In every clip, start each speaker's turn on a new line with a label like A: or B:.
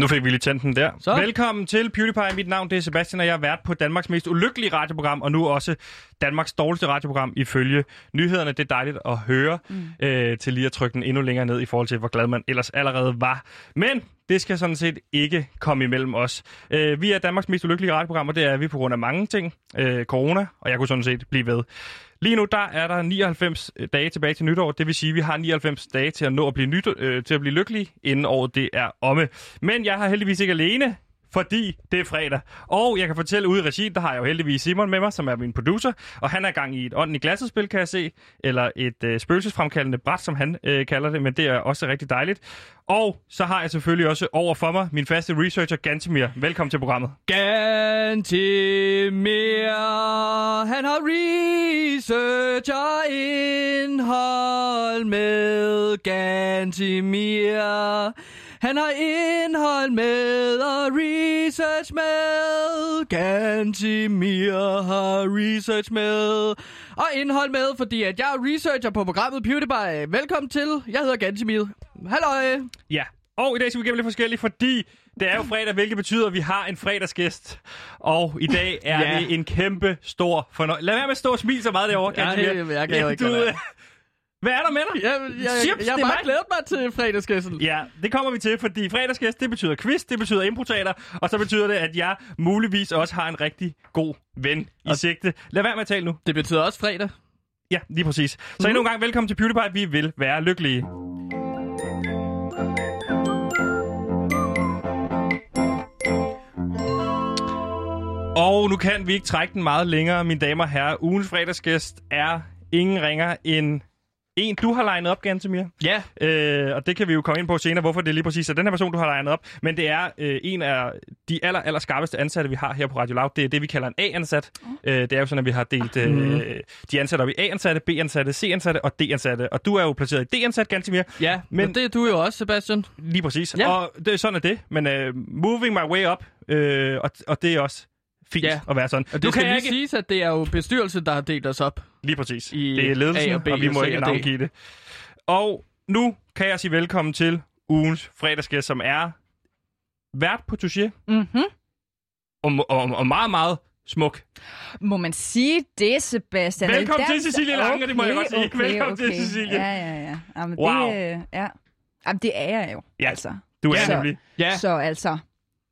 A: Nu fik vi lige tændt den der.
B: Så.
A: Så. Velkommen til PewDiePie. Mit navn det er Sebastian, og jeg er vært på Danmarks mest ulykkelige radioprogram, og nu også Danmarks dårligste radioprogram ifølge nyhederne. Det er dejligt at høre, mm. øh, til lige at trykke den endnu længere ned i forhold til, hvor glad man ellers allerede var. Men det skal sådan set ikke komme imellem os. Øh, vi er Danmarks mest ulykkelige radioprogram, og det er vi på grund af mange ting. Øh, corona, og jeg kunne sådan set blive ved. Lige nu der er der 99 dage tilbage til nytår, det vil sige, at vi har 99 dage til at nå at blive, nyt, øh, til at blive lykkelige, inden året det er omme. Men jeg har heldigvis ikke alene, fordi det er fredag. Og jeg kan fortælle ude i regi, der har jeg jo heldigvis Simon med mig, som er min producer, og han er i gang i et ånden i glasset spil, kan jeg se, eller et øh, spøgelsesfremkaldende bræt, som han øh, kalder det, men det er også rigtig dejligt. Og så har jeg selvfølgelig også over for mig min faste researcher Gantemir. Velkommen til programmet.
B: Gantemir, han har research og indhold med Gantemir. Han har indhold med og research med. Gantemir har research med og indhold med, fordi at jeg er researcher på programmet PewDiePie. Velkommen til. Jeg hedder Gantemir. Halløj.
A: Ja, og i dag skal vi igennem lidt forskelligt, fordi det er jo fredag, hvilket betyder, at vi har en fredagsgæst. Og i dag er
B: Ja.
A: ja. det en kæmpe stor fornøjelse. Lad være med at stå og smile så meget derovre,
B: Ja,
A: Gantemir.
B: det- jeg kan jo ikke
A: du,
B: lade være.
A: øh, Hvad er der med dig?
B: Jeg, jeg,
A: Chips,
B: jeg,
A: det
B: jeg
A: er
B: bare
A: mig.
B: glædet mig til fredagsgæsten.
A: Ja, det kommer vi til, fordi fredagsgæst, det betyder quiz, det betyder improtaler, og så betyder det, at jeg muligvis også har en rigtig god ven i sigte. Lad være med at tale nu.
B: Det betyder også fredag.
A: Ja, lige præcis. Så mm-hmm. endnu en gang, velkommen til PewDiePie. Vi vil være lykkelige. Og nu kan vi ikke trække den meget længere, mine damer og herrer. Ugens fredagsgæst er ingen ringer end en, du har legnet op, Gantemir.
B: Ja.
A: Øh, og det kan vi jo komme ind på senere, hvorfor det lige præcis er den her person, du har legnet op. Men det er øh, en af de aller, aller skarpeste ansatte, vi har her på Radio Loud. Det er det, vi kalder en A-ansat. Øh, det er jo sådan, at vi har delt
B: Mhm.
A: øh, de ansatte op i A-ansatte, B-ansatte, C-ansatte og D-ansatte. Og du er jo placeret i D-ansat, Gantimir.
B: Ja, men
A: Men-
B: og det er du jo også, Sebastian.
A: Lige præcis.
B: Ja.
A: Ja. Og det, er sådan er det. Men øh, moving my way up, øh, og, og det er også fint
B: Ja.
A: ja. at være sådan.
B: Og det
A: nu
B: skal
A: kan jeg
B: lige
A: ikke...
B: siges, at det er jo bestyrelsen, der har delt os op.
A: Lige præcis.
B: i
A: det er ledelsen,
B: A og
A: og,
B: B
A: og vi
B: og
A: må
B: C
A: ikke
B: og D.
A: navngive det. Og nu kan jeg sige velkommen til ugens fredagsgæst, som er vært på Touché,
C: Mm-hmm.
A: og, og, og meget, meget smuk.
C: Må man sige det, Sebastian?
A: Velkommen
C: Er
A: til
C: dans-
A: Cecilie Lange, det må jeg godt sige. Velkommen til Cecilie.
C: Ja, ja, ja. Jamen,
A: Wow.
C: wow. det, øh, ja. Jamen, det er jeg jo,
A: Ja.
C: altså.
A: Du er
C: Ja.
A: nemlig.
B: Ja.
C: Så altså,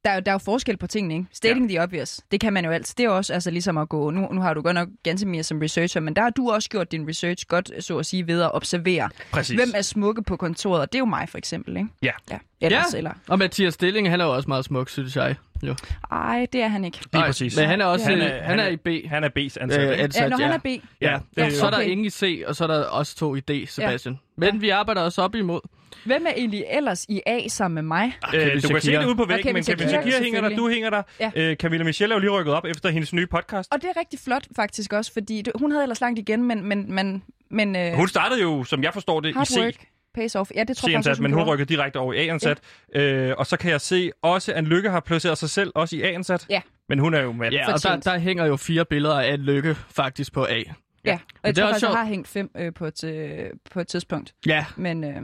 C: der er, jo, der er jo forskel på tingene, ikke? Stating ja. the obvious, det kan man jo altid. Det er jo også altså, ligesom at gå, nu, nu har du godt nok ganske mere som researcher, men der har du også gjort din research godt, så at sige, ved at observere,
A: Præcis.
C: hvem er smukke på kontoret, og det er jo mig for eksempel, ikke?
A: Ja.
C: ja. Ellers, ja. eller,
B: Og Mathias Stilling, han er jo også meget smuk, synes jeg. Jo.
C: ej, det er han ikke.
A: Lige
B: Nej,
A: præcis.
B: Men han er også
A: Han
B: han
A: er-
B: er, han
A: han
B: er
A: er-
B: i B. Øh,
A: Han er B's ansat. ikke?
B: ansat,
C: Ja, Øh, når han er B.
B: Ja,
A: Ja,
B: det, så er der
C: okay.
B: ingen i C, og så er der også to i D, Sebastian. Men vi arbejder også op imod.
C: Hvem er egentlig ellers i A sammen med mig?
B: Kevin
A: Øh, du kan se
B: Shakira.
A: det ude på
C: Og
A: væggen,
C: Kevin
A: men Kevin
C: Shakira,
A: Shakira hænger der, du hænger der.
C: Ja.
A: Øh, Camilla Michelle er jo lige rykket op efter hendes nye podcast.
C: Og det er rigtig flot faktisk også, fordi det, hun havde ellers langt igen, men... men, men, men øh,
A: Hun startede jo, som jeg forstår det, i
C: hard
A: C.
C: work pays off. Ja, det tror jeg faktisk,
A: C-ansat,
C: også,
A: men hun
C: gjorde.
A: rykker direkte over i A-ansat. Øh, og så kan jeg se, også Anne Lykke har placeret sig selv også i A-ansat.
C: Ja.
A: Men hun er jo med.
B: Ja, og der,
C: Fortjent.
B: der hænger jo fire billeder af en lykke faktisk på A.
C: Ja, og jeg
B: det er også
C: tror faktisk,
B: sjovt.
C: jeg har hængt fem øh, på, et, øh, på et tidspunkt.
B: Ja,
C: Men øh,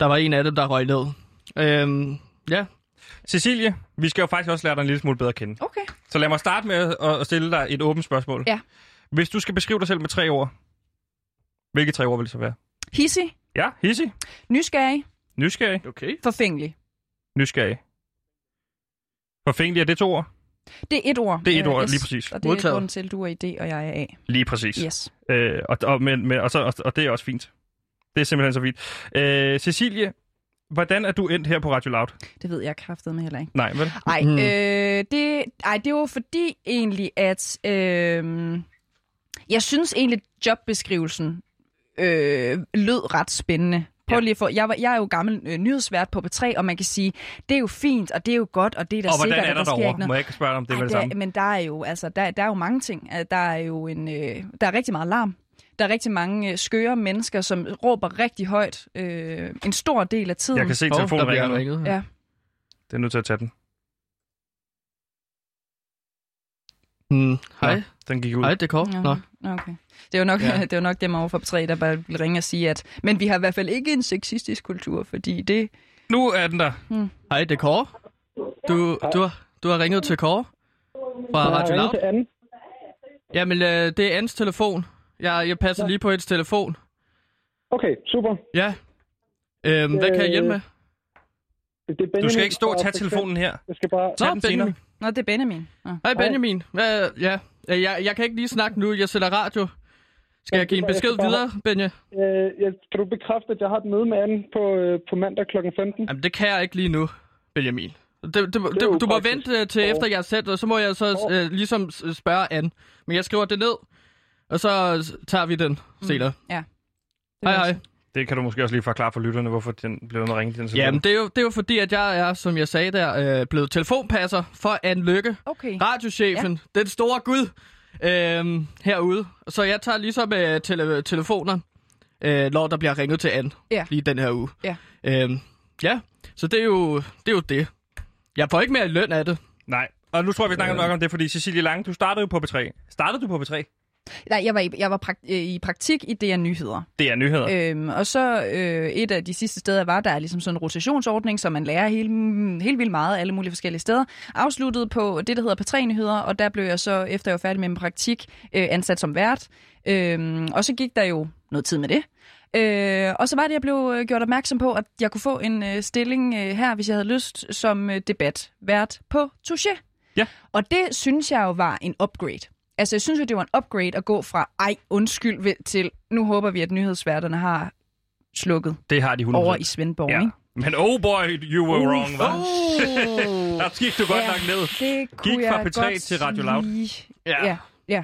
B: der var en af dem, der røg ned. Øhm, ja,
A: Cecilie, vi skal jo faktisk også lære dig en lille smule bedre at kende.
C: okay,
A: Så lad mig starte med at- at stille dig et åbent spørgsmål.
C: Ja.
A: Hvis du skal beskrive dig selv med tre ord, hvilke tre ord vil det så være?
C: hissig,
A: Ja, hissig,
C: nysgerrig,
A: nysgerrig,
B: okay.
C: forfængelig.
A: nysgerrig. Forfængelig er det to ord?
C: Det er et ord.
A: Det er et
C: øh,
A: ord, lige præcis.
C: Og det er
B: Modtaget.
C: grunden til, at du er i D, og jeg er A.
A: Lige præcis.
C: Yes.
A: Øh, og, og, men, men, og, så, og, og det er også fint. Det er simpelthen så fint. Øh, Cecilie, hvordan er du endt her på Radio Loud?
C: Det ved jeg kraftet med heller ikke.
A: Nej, vel?
C: Ej,
B: Mm.
C: mm. øh, det, ej, det var fordi egentlig, at øh, jeg synes egentlig, jobbeskrivelsen øh, lød ret spændende. Prøv
A: Ja.
C: lige for, jeg, var, jeg er jo gammel øh, nyhedsvært på B3, og man kan sige, det er jo fint, og det er jo godt, og det er da
A: og hvordan
C: sikkert,
A: er der,
C: og der sker ikke
A: derovre? Må
C: noget.
A: jeg ikke spørge dig om det
C: Ej,
A: med det
C: der,
A: samme?
C: men der er jo altså der, der er jo mange ting. Altså, Der er jo en øh, der er rigtig meget larm. Der er rigtig mange øh, skøre mennesker, som råber rigtig højt øh, en stor del af tiden.
A: Jeg kan se,
B: Hov,
A: telefonen
B: der bliver
A: ringer nu.
B: ringet.
C: Ja.
A: Det er nødt til at tage den.
B: Mm, hej.
A: Nå, den gik ud.
B: Hej, det er Kåre.
C: Ja.
B: Nå.
C: Okay. Det var nok,
B: Ja.
C: ja. det var nok dem over for tre, der bare ville ringe og sige, at men vi har i hvert fald ikke en sexistisk kultur, fordi det...
A: Nu er den der.
B: Hej, det er Kåre. Du, du, har- du har ringet til Kåre fra Radio Loud.
D: Anden.
B: Jamen, øh, det er Ans telefon. Jeg, jeg passer lige på hendes telefon.
D: Okay, super.
B: Ja. Øhm, hvad kan jeg hjælpe med?
D: Det er Benjamin,
A: Du skal ikke stå og
D: fra
A: tage
D: Frekvens.
A: telefonen her.
D: Jeg skal bare...
A: Tag den senere.
C: Nå, det er Benjamin. Nå.
B: Hej Benjamin. Hvad, ja. Øh, Jeg, jeg kan ikke lige snakke nu, jeg sætter radio. Skal jeg give en besked videre, Benja?
D: Øh, jeg, kan du bekræfte, at jeg har et møde med Anne på, øh, på mandag kl. 15?
B: Jamen, det kan jeg ikke lige nu, Benjamin. Det, det, det,
D: er jo
B: du må
D: praktisk.
B: vente øh, til efter jeg sætter, og så må jeg så øh, ligesom s- spørge an. Men jeg skriver det ned, og så s- tager vi den senere.
C: Mm. Det
B: Hej
C: er
B: hej.
C: også-
A: Det kan du måske også lige forklare for lytterne, hvorfor den blev med ringe til den telefon.
B: Jamen, det er, jo, det er jo fordi, at jeg er, som jeg sagde der, øh, blevet telefonpasser for Anne Lykke.
C: Okay.
B: radiochefen, ja. den store Gud, øh, herude. Så jeg tager ligesom øh, tele- telefoner, øh, når der bliver ringet til Anne
C: Ja.
B: lige den her uge.
C: Ja.
B: Øh, ja, så det er, jo, det er jo det. Jeg får ikke mere i løn af det.
A: Nej. Og nu tror jeg, vi snakker nok om det, fordi Cecilie Lange, du startede jo på B3. Startede du på B3?
C: Nej, jeg var, i, jeg var prakt, øh, i praktik i DR Nyheder.
A: Det er nyheder. Øh.
C: Øhm, og så øh, et af de sidste steder, jeg var, der er ligesom sådan en rotationsordning, så man lærer helt, mm, helt vildt meget alle mulige forskellige steder. Afsluttet på det, der hedder Patrænyheder, og der blev jeg så, efter jeg var færdig med min praktik, øh, ansat som vært. Øhm, og så gik der jo noget tid med det. Øh, og så var det, jeg blev øh, gjort opmærksom på, at jeg kunne få en øh, stilling øh, her, hvis jeg havde lyst, som øh, debatvært på Touche.
A: Ja.
C: Og det synes jeg jo var en upgrade. Altså, jeg synes jo, det var en upgrade at gå fra, ej, undskyld, ved- til, nu håber vi, at nyhedsværterne har slukket
A: Det har de 100%.
C: over i Svendborg,
A: ja.
C: ikke?
A: Men oh boy, you were uh, wrong, hva'?
B: Oh.
A: Der gik du godt
C: Ja,
A: nok ned.
C: Det kunne
A: Gik fra
C: jeg
A: P3
C: godt
A: til Radio Loud.
C: Lige...
B: Ja.
C: Ja, ja. ja.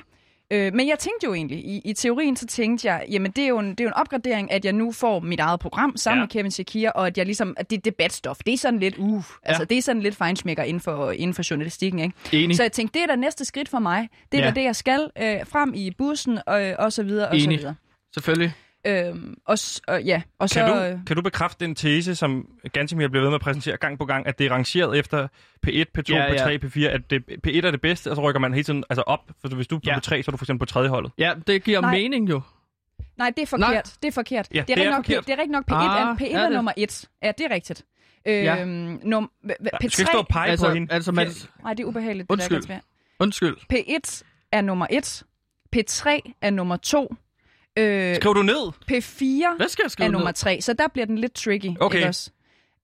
C: Øh, men jeg tænkte jo egentlig, i, i teorien så tænkte jeg, jamen det er, jo en, det er jo en opgradering, at jeg nu får mit eget program sammen
A: Ja.
C: ja. med Kevin Shakir, og at jeg ligesom, at det er debatstof. Det er sådan lidt, uh, altså det er sådan lidt feinschmecker inden for, inden for journalistikken, ikke?
B: Enig.
C: Så jeg tænkte, det er da næste skridt for mig. Det er
B: Ja.
C: ja. da det, jeg skal øh, frem i bussen, og, øh, og så videre, og
B: Enig.
C: så videre.
B: Selvfølgelig.
C: Øhm, og, s- og, ja, og så...
A: Kan
C: øh,
A: du, kan du bekræfte den tese, som Gantemir bliver ved med at præsentere gang på gang, at det er rangeret efter P1, P2,
B: Ja,
A: P3,
B: ja.
A: P4, at det, P1 er det bedste, og så rykker man hele tiden altså op. For hvis du er på
B: Ja.
A: P3, så er du for eksempel på tredje holdet.
B: Ja, det giver
C: Nej.
B: mening jo.
C: Nej, det er forkert.
B: Nej.
C: Nej. Det er forkert.
A: Ja,
C: det er,
A: det er
C: rigtig nok,
A: forkert.
C: P- det er rigtig nok P1,
B: Ah,
C: ah, er, P1
B: er
C: er,
B: det?
C: nummer 1. Ja, det er rigtigt. Øhm,
B: Ja.
C: num- hva- hva-
A: Du skal ikke stå og
C: P3...
A: pege på
B: Altså,
A: hende.
B: altså man,
C: Nej, det er ubehageligt. Det
B: Undskyld.
C: der, Gatsby.
B: undskyld.
C: P1 er nummer 1. P3 er nummer 2. Øh,
A: Skriv du ned?
C: P4
B: Hvad skal jeg skrive
C: er nummer
B: ned?
C: 3, så der bliver den lidt tricky.
A: Okay.
C: ikke også?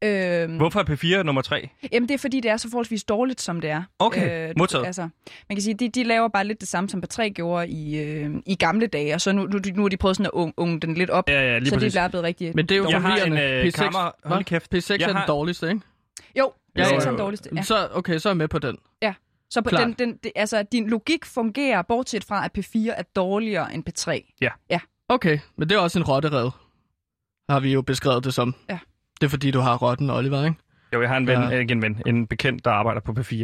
C: Øhm,
A: Hvorfor er P4 nummer 3?
C: jamen det er fordi, det er så forholdsvis dårligt, som det er.
A: Okay,
C: du-
A: modtaget.
C: Altså, man kan sige, de, de laver bare lidt det samme, som P3 gjorde i, øh, i gamle dage, og så nu, nu, nu har de prøvet sådan at unge, unge den lidt op,
A: Ja, ja, lige
C: så
A: præcis.
C: det er blevet rigtig
B: Men det er jo
A: Jeg har en,
B: forvirrende.
A: øh, kammer- hold
B: Hva?
A: kæft.
B: P6
A: Jeg
B: er
A: har-
B: den dårligste, ikke?
C: Jo,
B: Ja, jo,
C: ja, sex er
B: jo.
C: den dårligste. Ja.
B: Så, okay, så er jeg med på den.
C: Så på
B: klart.
C: den, den, det, altså, din logik fungerer, bortset fra, at P4 er dårligere end P3.
B: Okay, men det er også en rottered. Har vi jo beskrevet det som.
C: Ja.
B: Det er fordi, du har rotten, Oliver, ikke?
A: Jo, jeg har en ven,
B: Ja.
A: ja. ikke en ven, en bekendt, der arbejder på P4.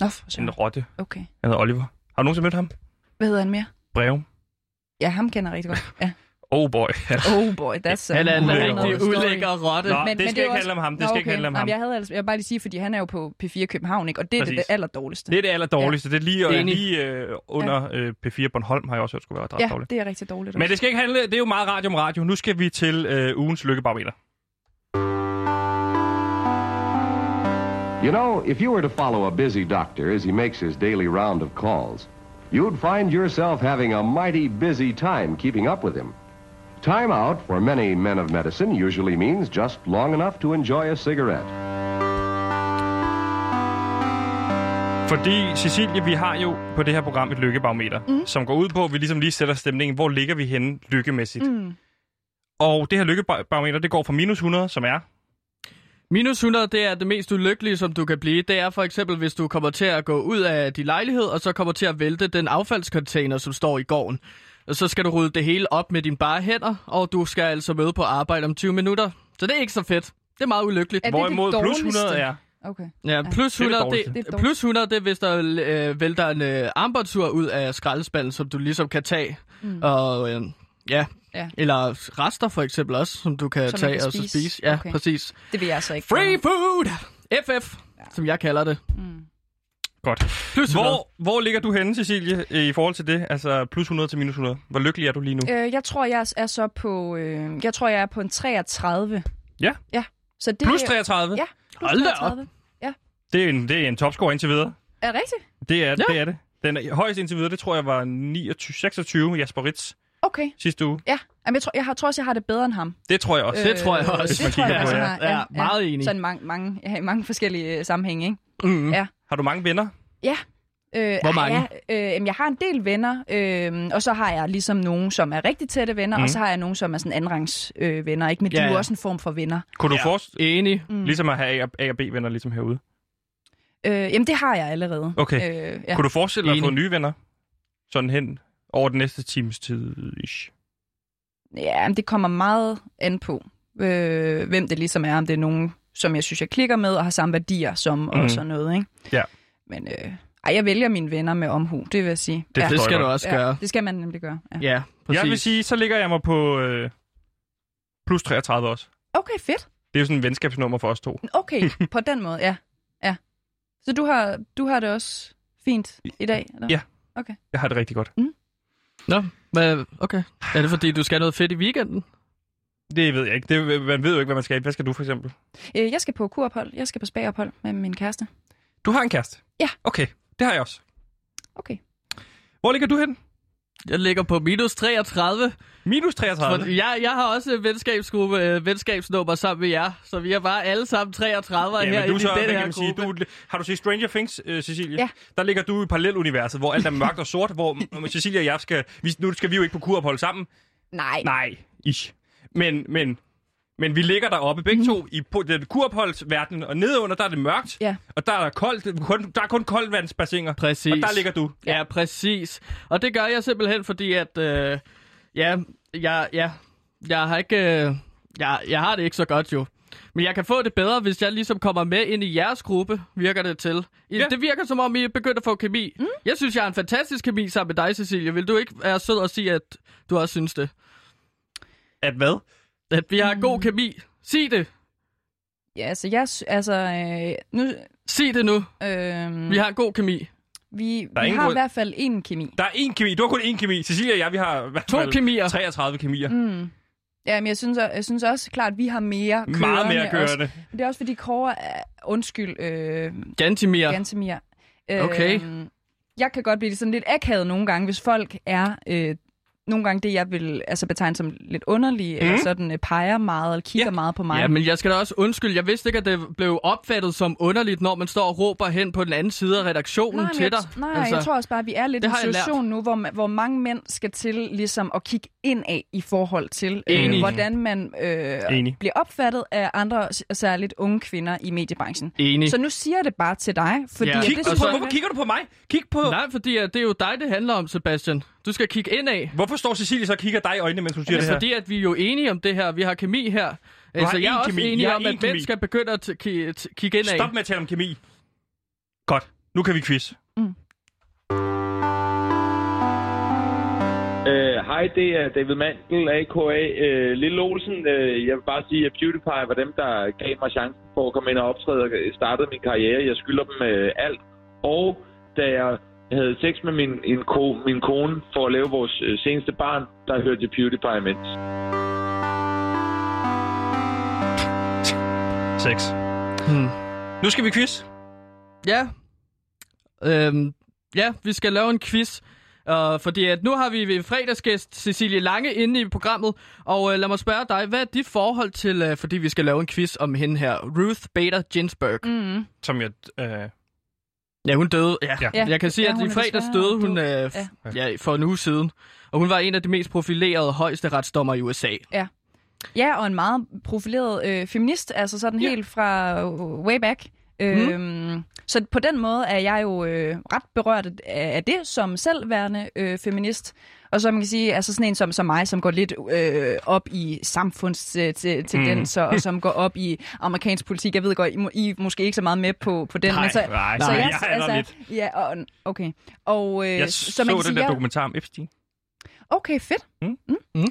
C: Nå, for
A: En
C: søren.
A: rotte.
C: Okay.
A: Han hedder Oliver. Har du nogensinde mødt ham?
C: Hvad hedder han mere?
A: Brev.
C: Ja, ham kender jeg rigtig godt. Ja.
A: Oh boy.
C: Oh boy, that's a
B: Han er en øh,
A: Ulækker
B: rigtig
C: whole nother story.
B: ulækker rotte.
A: Nå, det
C: er
A: skal
C: jo
A: ikke handle om ham. Det
C: Nå,
A: skal ikke handle om
C: Jamen,
A: ham.
C: Jeg, havde altså, jeg vil bare lige sige, fordi han er jo på P4 København, ikke? og det er det,
A: Præcis.
C: det allerdårligste.
A: Det er det aller dårligste. Det er lige, og,
B: Enig.
A: lige øh, under øh, P4 Bornholm, har jeg også hørt, skulle være ret
C: ja,
A: dårligt.
C: det er rigtig dårligt.
A: Men det skal ikke handle, det er jo meget radio om radio. Nu skal vi til øh, ugens lykkebarometer.
E: You know, if you were to follow a busy doctor as he makes his daily round of calls, you'd find yourself having a mighty busy time keeping up with him. Time out for many men of medicine usually means just long enough to enjoy a cigarette.
A: Fordi, Cecilie, vi har jo på det her program et lykkebarometer, mm. som går ud på, at vi ligesom lige sætter stemningen, hvor ligger vi henne lykkemæssigt. Mm. Og det her lykkebarometer, det går fra minus 100, som er...
B: Minus 100, det er det mest ulykkelige, som du kan blive. Det er for eksempel, hvis du kommer til at gå ud af din lejlighed, og så kommer til at vælte den affaldscontainer, som står i gården. Og så skal du rydde det hele op med dine bare hænder, og du skal altså møde på arbejde om 20 minutter. Så det er ikke så fedt. Det er meget ulykkeligt.
C: Er det
A: hvorimod plus
C: dårligste?
A: 100 er...
C: Okay.
B: Ja, plus
A: det er det
B: 100,
A: dårligste.
B: det,
C: Det er
B: det,
C: dårligt.
B: plus 100, det er, hvis der øh, vælter en øh, armbåndsur ud af skraldespanden, som du ligesom kan tage. Mm. Og, øh, ja.
C: Ja.
B: Eller rester for eksempel også, som du kan
C: Som man
B: tage
C: kan
B: og så
C: spise.
B: spise. Ja,
C: Okay.
B: præcis.
C: Det vil jeg altså ikke.
B: Free food! FF, ja. som jeg kalder det.
C: Mm.
A: Godt.
B: Plus 100.
A: Hvor, hvor ligger du henne, Cecilie, øh, i forhold til det? Altså plus 100 til minus 100. Hvor lykkelig er du lige nu?
C: Øh, jeg tror, jeg er så på, øh, jeg tror, jeg er på en 33.
A: Ja.
C: Ja. Så det,
A: Plus 33?
C: Ja, plus
B: Hold da op.
C: 33.
A: Det er en, det er en topscore indtil videre.
C: Er det rigtigt?
A: Det er, ja. det er det. Den højeste indtil videre, det tror jeg var 29, 26 Jasper Ritz
C: Okay.
A: sidste uge.
C: Ja, Jamen, jeg, tror, jeg har, tror også, jeg har det bedre end ham.
A: Det tror jeg også.
C: Øh.
B: Det tror jeg også.
A: hvis man
C: Det tror jeg
A: kigger på
C: også,
A: det.
C: jeg har.
B: Ja, meget enig.
C: Sådan mange, mange, ja, i mange forskellige øh, sammenhænge, ikke?
B: Mm.
C: Ja.
A: Har du mange venner?
C: Ja. Øh,
B: Hvor
C: ah,
B: mange?
C: Ja, øh, jamen, jeg har en del venner, øh, og så har jeg ligesom nogen, som er rigtig tætte venner, mm. og så har jeg nogen, som er sådan andenrangs øh, venner, ikke? Men ja,
B: Ja,
C: de er jo
B: ja.
C: også en form for venner.
A: Kunne
B: Ja.
A: du forestille
B: Enig.
A: mm. ligesom at have A og- A og B-venner ligesom herude?
C: Øh, jamen, det har jeg allerede.
A: Okay.
C: Øh, ja.
A: Ja. Kunne du forestille dig at få
B: Enig.
A: nye venner? Sådan hen over den næste times tid. ish?
C: Ja, men det kommer meget an på, øh, hvem det ligesom er. Om det er nogen, som jeg synes, jeg klikker med og har samme værdier som mm.
A: Mhm.
C: og sådan noget, ikke?
A: Ja.
C: Men øh, ej, jeg vælger mine venner med omhu, det vil jeg sige.
A: Det
C: ja.
A: forstår
B: Det skal
A: jeg
B: du
A: godt.
B: også gøre.
C: Ja, det skal man nemlig gøre. Ja.
B: Ja, præcis.
A: Jeg vil sige, så ligger jeg mig på øh, plus 33 også.
C: Okay, fedt.
A: Det er jo sådan et venskabsnummer for os to.
C: Okay, på den måde, ja. ja. Så du har, du har det også fint i dag? Eller?
A: Ja. Jeg har det rigtig godt.
B: Nå, hvad, okay. Er det fordi, du skal noget fedt i weekenden?
A: Det ved jeg ikke. Det, man ved jo ikke, hvad man skal. Hvad skal du for eksempel?
C: Øh, Jeg skal på kurophold. Jeg skal på spagophold med min kæreste.
A: Du har en kæreste?
C: Ja.
A: Okay, det har jeg også.
C: Okay.
A: Hvor ligger du hen?
B: Jeg ligger på minus 33.
A: Minus 33.
B: For jeg, jeg har også en venskabsgruppe, øh, venskabsnummer sammen med jer, så vi er bare alle sammen 33
A: Ja,
B: her
A: men du
B: i
A: er så,
B: den
A: hvad kan
B: her
A: man sige,
B: gruppe.
A: du, har du set Stranger Things, øh, Cecilie?
C: Ja.
A: Der ligger du i paralleluniverset, hvor alt er mørkt og sort, hvor m- Cecilie og jeg skal... Vi, nu skal vi jo ikke på kurophold sammen.
C: Nej.
A: Nej, ish. Men, men, men vi ligger deroppe begge to i på, den kuropholdsverden, og nedenunder, der er det mørkt,
C: Ja.
A: og der er koldt, kun, der er kun koldvandsbassiner.
B: Præcis.
A: Og der ligger du.
B: Ja, præcis. Og det gør jeg simpelthen, fordi at... Øh, ja, jeg, ja, jeg har ikke... Øh, jeg, jeg har det ikke så godt jo. Men jeg kan få det bedre, hvis jeg ligesom kommer med ind i jeres gruppe, virker det til. I, ja.
A: Ja.
B: Det virker som om, I er begyndt at få kemi. Mm. Jeg synes, jeg har en fantastisk kemi sammen med dig, Cecilie. Vil du ikke være sød og sige, at du også synes det?
A: At hvad?
B: At vi har god kemi. Sig det.
C: Ja, altså, jeg, sy- altså øh, nu...
B: Sig det nu.
C: Øh,
B: Vi har en god kemi.
C: vi,
A: er
C: vi
A: ingen
C: har i
A: grund-
C: hvert fald én kemi.
A: Der er én kemi. Du har kun én kemi. Cecilie og jeg, vi har i hvert
B: To
A: fald
B: kemier.
A: 33 kemier. Mm.
C: Ja, men jeg synes, jeg, jeg synes også klart, at vi har mere kørende.
A: Meget mere kørende.
C: Også. Men Det er også fordi Kåre er... Undskyld, øh,
B: Gantimir.
C: Gantemir. Øh,
B: Okay.
C: Jeg kan godt blive sådan lidt akavet nogle gange, hvis folk er... Øh, nogle gange det, jeg vil altså betegne som lidt underlige, mm. eller sådan øh, peger meget, eller kigger
A: Ja.
C: meget på mig.
B: Mhm. Ja, men jeg skal da også undskylde. Jeg vidste ikke, at det blev opfattet som underligt, når man står og råber hen på den anden side af redaktionen
C: Nej, men
B: til
C: jeg,
B: dig.
C: nej altså, jeg tror også bare, at vi er lidt
B: det
C: i en
B: har jeg lært.
C: situation nu, hvor, ma- hvor mange mænd skal til ligesom at kigge ind af i forhold til, øh,
B: Enig.
C: hvordan man øh,
A: Enig.
C: bliver opfattet af andre, s- særligt unge kvinder i mediebranchen.
B: Enig.
C: Så nu siger jeg det bare til dig, fordi
B: Ja.
C: ja.
A: Kig
C: det
A: på,
B: og så-
A: hvorfor kigger du på mig? Kig på...
B: Nej, fordi at det er jo dig, det handler om, Sebastian. Du skal kigge ind af.
A: Hvorfor står Cecilie så og kigger dig i øjnene, mens hun siger
B: Det
A: det
B: er
A: her?
B: fordi, at vi er jo enige om det her. Vi har kemi her. Altså,
A: har
B: jeg er
A: én
B: også
A: kemi. Jeg
B: enig
A: har
B: om,
A: én
B: at mænd
A: kemi.
B: skal begynde at t- ki- t- kigge ind af.
A: Stop med at tale om kemi. Godt. Nu kan vi quiz.
F: Øh, Hej, det er David Mandel, a.k.a. Øh, Lille Olsen. Øh, jeg vil bare sige, at PewDiePie var dem, der gav mig chancen for at komme ind og optræde og startede min karriere. Jeg skylder dem øh, alt. Og da jeg havde sex med min, en ko, min kone for at lave vores øh, seneste barn, der hørte jeg PewDiePie imens.
A: Sex.
B: Hmm.
A: Nu skal vi quiz.
B: Ja. Øhm, ja, vi skal lave en quiz. Uh, fordi at nu har vi en fredagsgæst, Cecilie Lange, inde i programmet. Og uh, lad mig spørge dig, hvad er dit forhold til, uh, fordi vi skal lave en quiz om hende her, Ruth Bader Ginsburg? Mm.
C: mm,
A: Som jeg... Øh,
B: Ja, hun døde. Ja.
A: Ja.
B: Jeg kan sige,
C: Ja,
B: at
C: hun
B: i
C: er
B: fredags
C: desværre
B: døde hun
C: død.
B: øh, f- ja, for en uge siden. Og hun var en af de mest profilerede højesteretsdommer i USA.
C: Ja, og en meget profileret øh, feminist, altså sådan ja. helt fra øh, way back.
A: Mhm.
C: Øhm, så på den måde er jeg jo øh, ret berørt af, af det som selvværende øh, feminist. Og så man kan sige, altså sådan en som, som mig, som går lidt øh, op i
A: Mhm.
C: samfundstendenser, mm. og som går op i amerikansk politik. Jeg ved godt, I, må, I er måske ikke så meget med på, på den.
A: Nej,
C: men så,
A: nej,
C: så altså-
A: nej, jeg er der lidt.
C: Ja, og, okay. Og, øh,
A: jeg
C: s-
A: så, så
C: man
A: den
C: kan sige,
A: der
C: jeg-
A: dokumentar om Epstein.
C: Okay, fedt.
A: Mm.
C: Mm. Mm.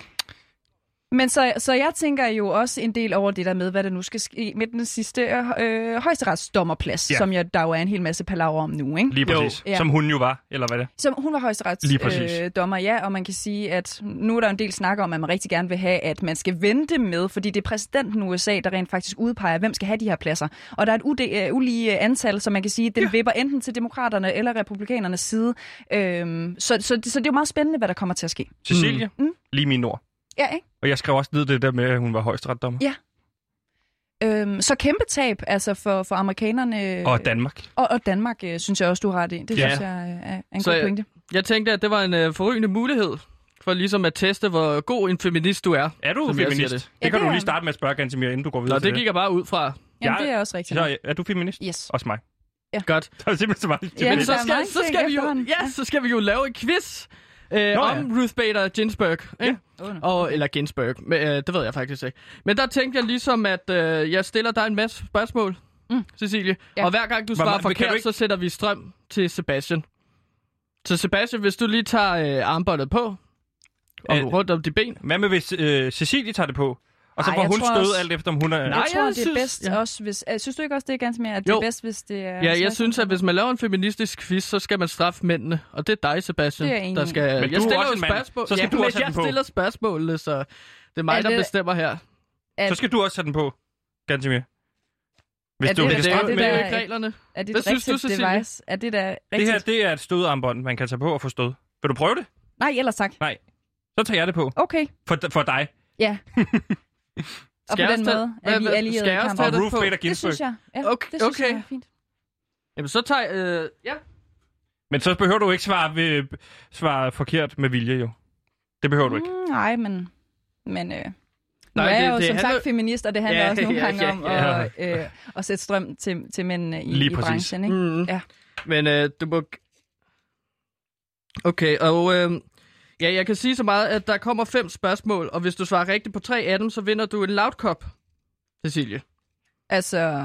C: Men så, så jeg tænker jo også en del over det der med, hvad der nu skal ske med den sidste øh, højesteretsdommerplads,
A: Ja.
C: ja. som jeg, der jo er en hel masse palaver om nu. Ikke?
A: Lige
B: Jo.
A: præcis.
C: Ja.
A: Som hun jo var, eller hvad det er.
C: Som hun var
A: Lige præcis.
C: højesterets øh, dommer, ja, og man kan sige, at nu er der jo en del snak om, at man rigtig gerne vil have, at man skal vente med, fordi det er præsidenten i USA, der rent faktisk udpeger, hvem skal have de her pladser. Og der er et UD, øh, ulige antal, så man kan sige, at den ja. vipper enten til demokraterne eller republikanernes side. Øhm, så, så, så, det er jo meget spændende, hvad der kommer til at ske.
A: Cecilie, mm.
C: Mm.
A: lige min ord.
C: Ja, ikke?
A: Og jeg skrev også ned det der med, at hun var højstretdommer.
C: Øhm, så kæmpe tab altså for, for amerikanerne
A: Og Danmark.
C: og, og Danmark, øh, synes jeg også, du har det. i. Det
B: Ja.
C: synes jeg øh, er en
B: Så
C: god
B: jeg-
C: pointe.
B: Jeg tænkte, at det var en øh, forrygende mulighed for ligesom at teste, hvor god en feminist du er.
A: Er du
B: Som jeg
A: feminist?
B: siger
A: Det.
B: det.
A: det
C: Ja,
A: kan
C: det
A: du
C: er-
A: lige starte med at spørge, Gansimir, inden du går videre
B: Nå,
A: til
B: det gik jeg bare ud fra.
C: Jamen,
A: jeg-
C: det er også rigtigt.
A: Så er du feminist?
C: Yes.
A: Også mig.
B: Godt.
A: Der er simpelthen så meget til
C: Ja,
A: det.
B: Men så
C: der er
B: skal,
C: mange
B: så
C: ting
B: skal vi jo,
C: efterhånden.
B: ja, så skal vi jo lave en quiz øh,
A: Nå,
B: om Ruth Bader Ginsburg. Ikke?
C: Åh, nå.
B: Og, eller Ginsburg, men, øh, det ved jeg faktisk ikke. Men der tænkte jeg ligesom, at øh, jeg stiller dig en masse spørgsmål, mm. Cecilie. Ja.
C: Ja.
B: Og hver gang du
A: Hvor-
B: svarer
A: hvor- kan
B: forkert,
A: du
B: ikke...
A: ikke-
B: så sætter vi strøm til Sebastian. Så Sebastian, hvis du lige tager øh, armbåndet på, og
A: Øh,
B: rundt om de ben.
A: Hvad med, hvis øh, Cecilie tager det på? Og så
C: Ej,
A: får
C: jeg
A: hun
C: tror
A: stød
C: også-
A: alt efter, om hun er...
B: Nej.
C: jeg tror,
B: jeg
C: det er
B: synes-
C: bedst
B: ja.
C: også, hvis... Øh, synes du ikke også, det er ganske mere, at det
B: Jo.
C: er bedst, hvis det er...
B: Ja, jeg synes, at hvis man laver en feministisk quiz, så skal man straffe mændene. Og det er dig, Sebastian,
C: Det er jeg enig
B: der
C: i.
B: skal...
A: Men du
B: jeg
A: er
B: stiller
A: også
B: jo
A: en mand,
B: spørgsmål.
A: så skal
B: ja,
A: du
B: men
A: også have
B: jeg
A: den på.
B: stiller spørgsmålene, så det er mig,
C: Er
B: der
C: det-
B: bestemmer her.
A: Så skal du også have den på, Gansimir. Hvis
C: Er
A: du vil
C: det-
B: Men
C: er
B: det
A: straffe
B: er jo,
A: med...
B: det er jo
C: der-
B: ikke reglerne.
C: Er det
B: Hvad
C: et
B: synes
C: rigtigt
B: du, Cecilie?
C: device? Er det da
A: øh, Det
C: rigtigt?
A: her, det er et stødarmbånd, man kan tage på og få stød. Vil du prøve det?
C: Nej, ellers tak.
A: Så tager jeg det på.
C: Okay,
A: For, for dig.
C: ja. og på
B: jeg
C: den
B: også tage-
C: måde
B: hvad-
C: er vi
B: hvad-
C: allierede
B: skal
C: i
B: jeg også
A: Og
B: tage
C: kampen.
B: det
A: Ruth
B: på?
A: Bader
C: Det
A: Ginsburg.
C: synes jeg. Ja,
B: Okay,
C: det synes
B: okay.
C: jeg er fint.
B: Jamen, så tager jeg... Øh, ja.
A: Men så behøver du ikke svare, ved, svare forkert med vilje, jo. Det behøver du ikke.
C: Mm, nej, men... men øh,
B: Nej,
C: Nej, nu er
B: det-
C: jeg jo
B: det
C: som
B: handler-
C: sagt feminist, og det handler
B: Ja,
C: ja, også nogle
B: ja,
C: gange
B: ja,
C: om
A: ja.
C: at, øh, at sætte strøm til, til mænd i,
A: Lige
C: i
A: præcis.
C: branchen. Ikke?
B: Mm.
C: Ja.
B: Men øh, du må... Okay, og... Øh, ja, jeg kan sige så meget, at der kommer fem spørgsmål, og hvis du svarer rigtigt på tre af dem, så vinder du en loud cup, Cecilie.
C: Altså,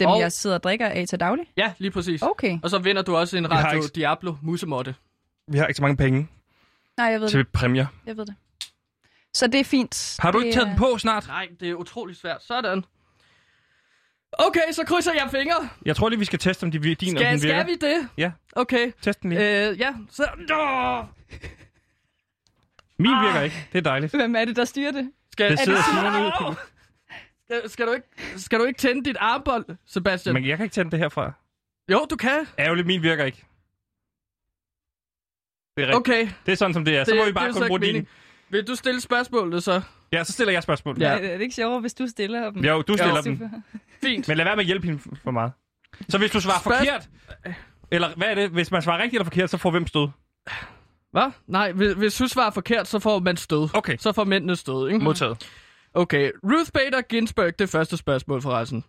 C: dem
B: Og-
C: og... jeg sidder og drikker af til daglig?
B: Ja, lige præcis.
C: Okay.
B: Og så vinder du også en
A: har
B: Radio
A: ikke-
B: Diablo musemotte.
A: Vi har ikke så mange penge
C: Nej, jeg ved det.
A: til præmier.
C: Jeg ved det. Så det er fint.
A: Har du
C: det,
A: ikke taget
C: er-
A: den på snart?
B: Nej, det er utrolig svært. Sådan. Okay, så krydser jeg fingre.
A: Jeg tror lige, vi skal teste, om de, din og
B: Skal,
A: den virker.
B: skal vi det?
A: Ja.
B: Okay.
A: Test den lige.
B: Øh, ja, så... Åh!
A: Min virker ikke. Det er dejligt.
C: Hvem er det, der styrer det?
B: Skal,
A: Det sidder
B: Er
A: Simon ude i
B: Au! Skal- Skal du, ikke, skal du ikke tænde dit armbånd, Sebastian?
A: Men jeg kan ikke tænde det herfra.
B: Jo, du kan.
A: Ærgerligt, min virker ikke. Det er rigtigt. Okay.
B: Okay.
A: Det er sådan, som det er. Så
B: det,
A: må vi
B: det er
A: bare
B: jo
A: kun
B: så
A: bruge
B: ikke
A: din.
B: meningen. Vil du stille spørgsmålet så?
A: Ja, så stiller jeg spørgsmål.
B: Ja.
A: Ja.
C: Er det ikke sjovere, hvis du stiller dem?
A: Jo, du stiller dem.
B: Fint.
A: Men lad være med at hjælpe hende for meget. Så hvis du svarer
B: Spørg-
A: forkert, eller hvad er det? Hvis man svarer rigtigt eller forkert, så får hvem stød?
B: Hvad? Nej, hvis, hvis du svarer forkert, så får man stød.
A: Okay.
B: Så får mændene stød, ikke?
A: Modtaget.
B: Okay, Ruth Bader Ginsburg, det første spørgsmål forresten.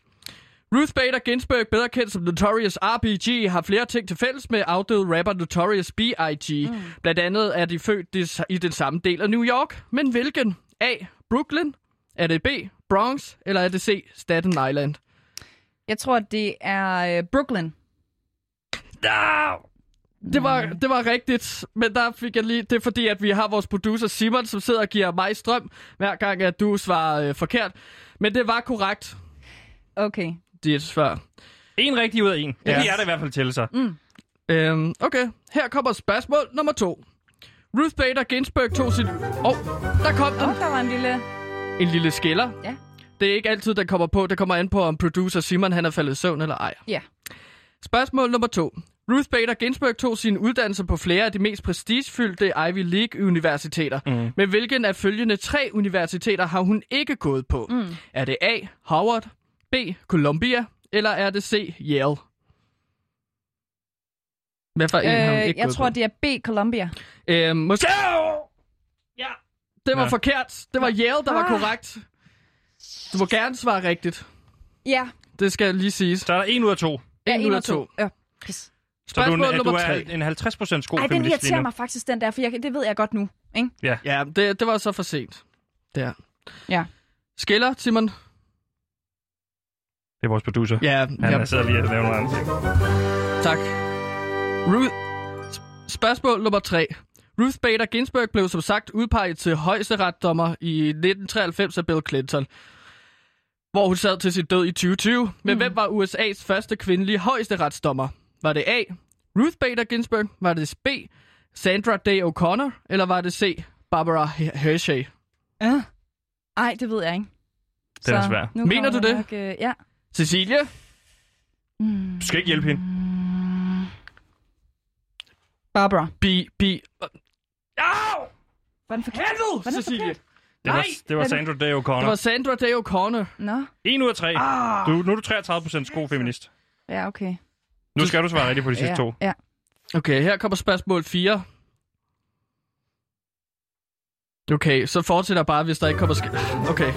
B: Ruth Bader Ginsburg, bedre kendt som Notorious R.B.G., har flere ting til fælles med afdøde rapper Notorious B.I.G. Mm. Blandt andet er de født des- i den samme del af New York, men hvilken? A. Brooklyn? Er det B. Bronx? Eller er det C. Staten Island?
C: Jeg tror, det er øh, Brooklyn.
B: Det var, det var rigtigt, men der fik jeg lige... Det er fordi, at vi har vores producer Simon, som sidder og giver mig strøm, hver gang, at du svarer øh, forkert. Men det var korrekt,
C: Okay.
B: dit svar.
A: En rigtig ud af en. Det
B: Ja.
A: er det i hvert fald til sig. Mm.
B: Øhm, okay, her kommer spørgsmål nummer to. Ruth Bader Ginsburg tog sit... Åh, oh, der kom
C: Åh,
B: den.
C: oh, der var en lille...
B: En lille skiller.
C: Ja.
B: Det er ikke altid, den kommer på. Det kommer an på, om producer Simon han er faldet i søvn eller ej.
C: Ja.
B: Spørgsmål nummer to. Ruth Bader Ginsburg tog sin uddannelse på flere af de mest prestigefyldte Ivy League-universiteter. Mm. Men hvilken af følgende tre universiteter har hun ikke gået på? Mm. Er det A. Howard, B. Columbia, eller er det C. Yale? Hvad for en har hun
C: Øh,
B: ikke
C: jeg
B: gået
C: tror,
B: på?
C: det er B. Columbia.
B: Øh, måske... Ja, det var
A: Nå.
B: forkert. Det var Yale, der var
C: Ah.
B: korrekt. Du må gerne svare rigtigt.
C: Ja,
B: Det skal lige siges.
A: Så er der en ud af to.
C: ja
B: En
C: en og to. Ja, pis.
A: Så du,
B: Spørgsmål
A: er- du
B: nummer
A: er
B: tre.
A: en 50% god
C: Ej, den
A: feminist lige
C: irriterer
A: nu.
C: mig faktisk, den der, for jeg, kan- det ved jeg godt nu. Ikke?
B: Ja, det, det var så for sent. Der.
C: Ja.
B: Skiller, Simon?
A: Det er vores producer. Ja.
B: Ja,
A: Han
B: ja
A: er sidder lige og laver noget andet.
B: tak. Ruth. Spørgsmål nummer tre. Ruth Bader Ginsburg blev som sagt udpeget til højesteretsdommer i 1993 af Bill Clinton, hvor hun sad til sin død i 2020. Men mm. hvem var USA's første kvindelige højesteretsdommer? Var det A. Ruth Bader Ginsburg? Var det B. Sandra Day O'Connor? Eller var det C. Barbara Her- Hershey?
C: Ja. Ej, det ved jeg ikke.
A: Den er svær.
C: nu
B: Mener
C: kommer
B: du det?
C: Nok, øh, ja.
B: Cecilie?
A: Du skal ikke hjælpe hende.
C: Barbara.
B: B. B. Au!
C: Var den forkert?
B: Helvede,
C: Var det
B: Cecilie!
C: forkert?
A: Det var,
B: Nej!
A: det var Sandra Day
B: Det var
A: O'Connor.
B: Sandra Day O'Connor.
C: Nå.
A: 1 ud af 3. Du, nu er du 33 procent god feminist.
C: Ja, okay.
A: Nu skal du svare rigtigt på de sidste
C: ja.
A: to.
C: Ja.
B: Okay, her kommer spørgsmål 4. Okay, så fortsætter jeg bare, hvis der ikke kommer sk- Okay.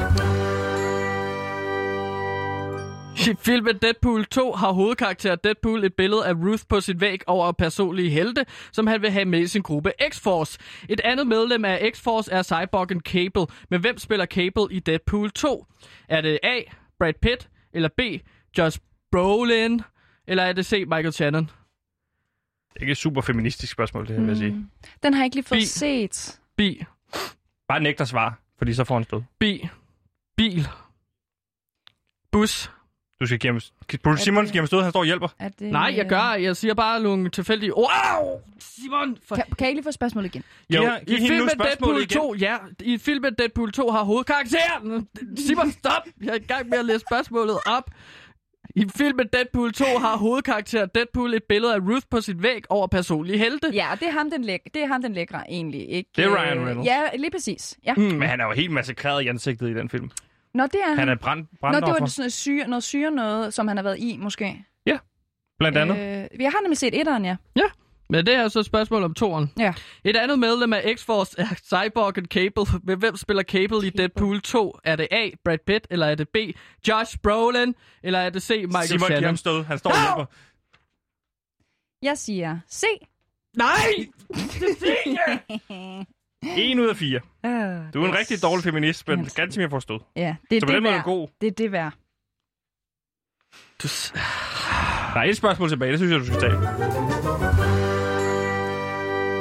B: I filmen Deadpool 2 har hovedkarakteren Deadpool et billede af Ruth på sin væg over personlige helte, som han vil have med i sin gruppe X-Force. Et andet medlem af X-Force er cyborgen Cable, men hvem spiller Cable i Deadpool 2? Er det A. Brad Pitt, eller B. Josh Brolin, eller er det C. Michael Shannon?
A: Det er ikke et super feministisk spørgsmål, det her, vil jeg sige.
C: Den har jeg ikke lige fået
B: Bi.
C: set.
B: B.
A: Bare nægt at svare, fordi så får han stød.
B: Bi. Bil. Bus.
A: Du skal give ham... Bruce Simons giver ham stød, han står og hjælper.
C: Er det,
B: Nej, jeg gør. Jeg siger bare nogle tilfældige ord. Au! Simon! For...
C: Kan, kan jeg ikke lige få spørgsmålet igen?
A: Giv,
B: Jo,
A: her- giv
B: I
A: hende nu
B: filmen Deadpool
A: spørgsmålet igen.
B: 2, ja, i filmen Deadpool 2 har hovedkarakteren... Simon, stop! Jeg er i gang med at læse spørgsmålet op. I filmen Deadpool 2 har hovedkarakteren Deadpool et billede af Ruth på sin væg over personlige helte.
C: Ja, det er ham den, læk- det er ham, den lækre egentlig, ikke?
A: Det er
C: Øh,
A: Ryan Reynolds.
C: Ja, lige præcis. Ja. Mm.
A: Men han er jo helt massakreret i ansigtet i den film.
C: Nå, det er
A: Han er brand,
C: Nå, det
A: brandoffer,
C: var sådan noget syre, noget syre noget, som han har været i, måske.
A: blandt andet.
C: Øh, jeg har nemlig set etteren, ja.
B: Men det er så et spørgsmål om toren.
C: Ja.
B: Et andet medlem af X-Force er cyborgen Cable. Men hvem spiller Cable i Deadpool 2? Er det A. Brad Pitt, eller er det B. Josh Brolin, eller er det C. Michael
A: Simon giver
B: Shannon?
A: ham stød, han står og hjælper.
C: Jeg siger C.
B: Nej!
A: 1 ud af 4.
C: Uh,
A: Du er en rigtig dårlig feminist, men ganske mere forstået.
C: Ja, det er
A: Så på
C: det
A: den måde er
C: værd.
A: du god.
C: Det er det værd.
B: Du s-
A: Der er et spørgsmål tilbage, det synes jeg, du skal tage.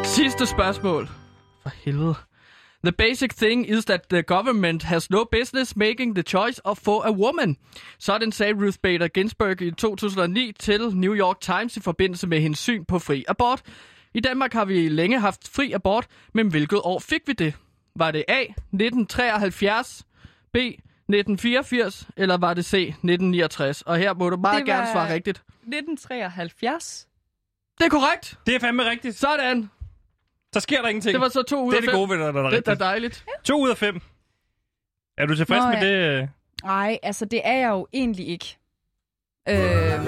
B: Sidste spørgsmål. For helvede. The basic thing is that the government has no business making the choice of for a woman. Sådan sagde Ruth Bader Ginsburg i 2009 til New York Times i forbindelse med hendes syn på fri abort. I Danmark har vi længe haft fri abort, men hvilket år fik vi det? Var det A. 1973, B. 1984, eller var det C. 1969? Og her må du meget
C: Det
B: gerne
C: var-
B: svare rigtigt.
C: 1973.
B: Det er korrekt!
A: Det er fandme rigtigt. Så,
B: Sådan!
A: så sker der ingenting.
B: Det var så to ud
A: det er
B: af
A: det
B: fem.
A: gode ved, når der er
B: Det er
A: rigtigt.
B: dejligt.
A: 2 ud af 5. Er du tilfreds
C: Nå,
A: med
C: ja.
A: det? øh?
C: Nej, altså det er jeg jo egentlig ikke. Øhm, ja.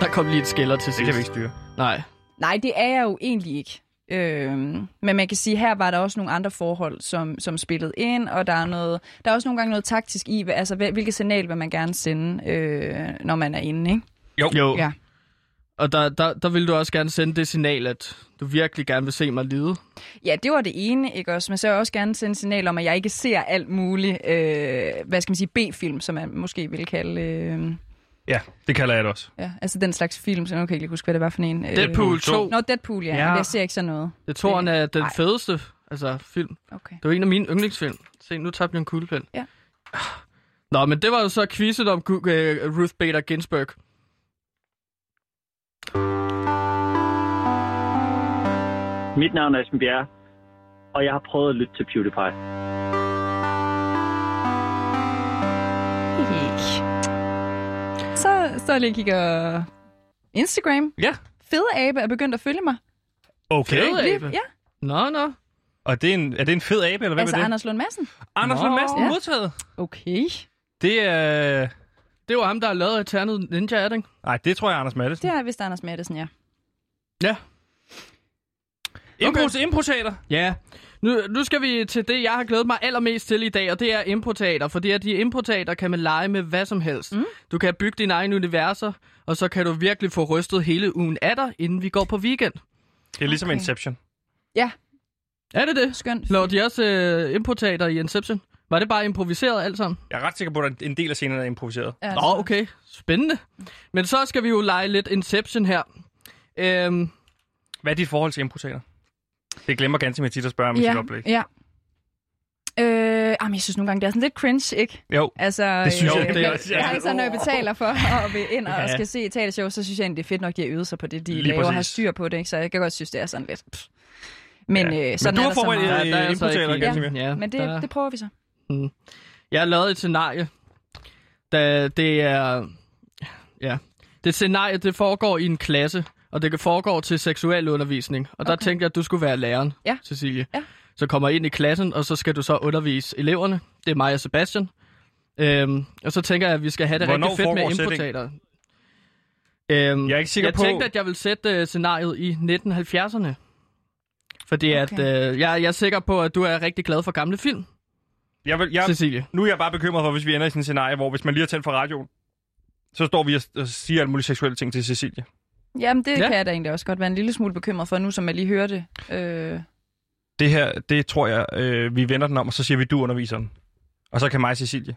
B: Der kom lige et skælder til sidst.
A: Det kan vi ikke styre.
B: Nej.
C: Nej, det er jeg jo egentlig ikke. Øhm, men man kan sige, her var der også nogle andre forhold, som, som spillede ind, og der er, noget, der er også nogle gange noget taktisk i, hvad- altså hvad- hvilket signal vil man gerne sende, øh, når man er inde, ikke?
B: Jo.
C: Ja.
B: Og der, der, der vil du også gerne sende det signal, at du virkelig gerne vil se mig lide.
C: Ja, det var det ene, ikke også? Men så vil jeg også gerne sende signal om, at jeg ikke ser alt muligt, øh, hvad skal man sige, B-film, som man måske ville kalde... Øh,
A: Ja, det kalder jeg det også.
C: ja, altså den slags film, så nu kan jeg ikke lige huske, hvad det var for en. Øh,
B: Deadpool 2.
C: Nå, Deadpool, ja.
B: Ja.
C: ja. Jeg ser ikke sådan noget.
B: Jeg tror, han er den
C: Ej.
B: fedeste altså, film.
C: Okay.
B: Det var en af mine yndlingsfilm. Se, nu tabte jeg en kuglepen.
C: Ja.
B: Nå, men det var jo så quizet om Gu- øh, Ruth Bader Ginsburg.
G: Mit navn er Esben Bjerre, og jeg har prøvet at lytte til PewDiePie.
C: Så står jeg lige og kigger Instagram.
A: Ja.
C: Fede abe er begyndt at følge mig.
A: Okay.
B: Fed abe?
C: Lige- Ja,
B: Nå, nå.
A: Og det er, en, er det en fed abe, eller hvad
C: altså
A: er det?
C: Anders Lund Madsen.
A: Anders Lund
B: Nå.
A: Madsen
C: Ja.
A: modtaget.
C: Okay.
A: Det er...
B: Det var ham, der har lavet Alternet Ninja, er det ikke?
A: Nej, det tror jeg er Anders Madsen.
C: Det er vist Anders Madsen, ja.
B: Ja.
A: Impro- Improteater.
B: Ja, nu, nu skal vi til det, jeg har glædet mig allermest til i dag, og det er improteater. Fordi at i improteater kan man lege med hvad som helst. Mm. Du kan bygge dine egne universer, og så kan du virkelig få rystet hele ugen af dig, inden vi går på weekend.
A: Det er ligesom
C: Okay.
A: Inception.
B: Er det det?
C: Skønt.
B: Laver de også øh, improteater i Inception? Var det bare improviseret alt sammen?
A: Jeg er ret sikker på, at der er en del af scenerne er improviseret.
C: Ja,
B: Nå, okay. Spændende. Men så skal vi jo lege lidt Inception her. Øhm,
A: Hvad er dit forhold til improteater? Det glemmer ganske med tit at spørge om i sit oplæg.
C: ja. Øh, jamen, jeg synes nogle gange, det er sådan lidt cringe, ikke?
A: Jo,
C: Altså,
A: Det synes jeg, det er
C: men-
A: også- ja.
C: altså, når jeg betaler for at vil ind og,
A: Ja.
C: og skal se et teatershow, så synes jeg egentlig, det er fedt nok, de har øvet sig på det, de
A: Lige
C: laver og har
A: præcis.
C: styr på det, ikke? Så jeg kan godt synes, det er sådan lidt... Pff. Men, ja. øh, sådan
A: du
C: er
A: har
C: der så
A: forberedt
C: meget.
A: Øh, importerer
C: igen,
A: Simon.
B: ja,
C: Men
B: altså der-
C: det, det prøver vi så.
B: Jeg har lavet et scenarie. Da det er... Ja. Det scenarie, det foregår i en klasse, og det foregår til seksuel undervisning. Og der
C: Okay.
B: tænkte jeg, at du skulle være læreren,
C: Ja.
B: Cecilie.
C: Ja.
B: Så kommer ind i klassen, og så skal du så undervise eleverne. Det er mig og Sebastian. Øhm, og så tænker jeg, at vi skal have det
A: Hvornår
B: rigtig fedt med
A: foregår sætningen?
B: importater. Øhm,
A: Jeg er ikke sikker
B: jeg
A: på-
B: tænkte, at jeg vil sætte uh, scenariet i 1970'erne. Fordi okay.
C: Okay.
B: at, uh, jeg, jeg er sikker på, at du er rigtig glad for gamle film,
A: jeg vil,
B: ja.
A: jeg,
B: Cecilie.
A: nu er jeg bare bekymret for, hvis vi ender i sådan et scenarie, hvor hvis man lige har tændt for radioen, så står vi og, og siger alle mulige seksuelle ting til Cecilie.
C: Jamen, det
B: Ja.
C: ja. kan jeg da egentlig også godt være en lille smule bekymret for, nu som jeg lige hører det. Øh,
A: Det her, det tror jeg, øh, vi vender den om, og så siger vi, du er underviseren. Og så kan mig og Cecilie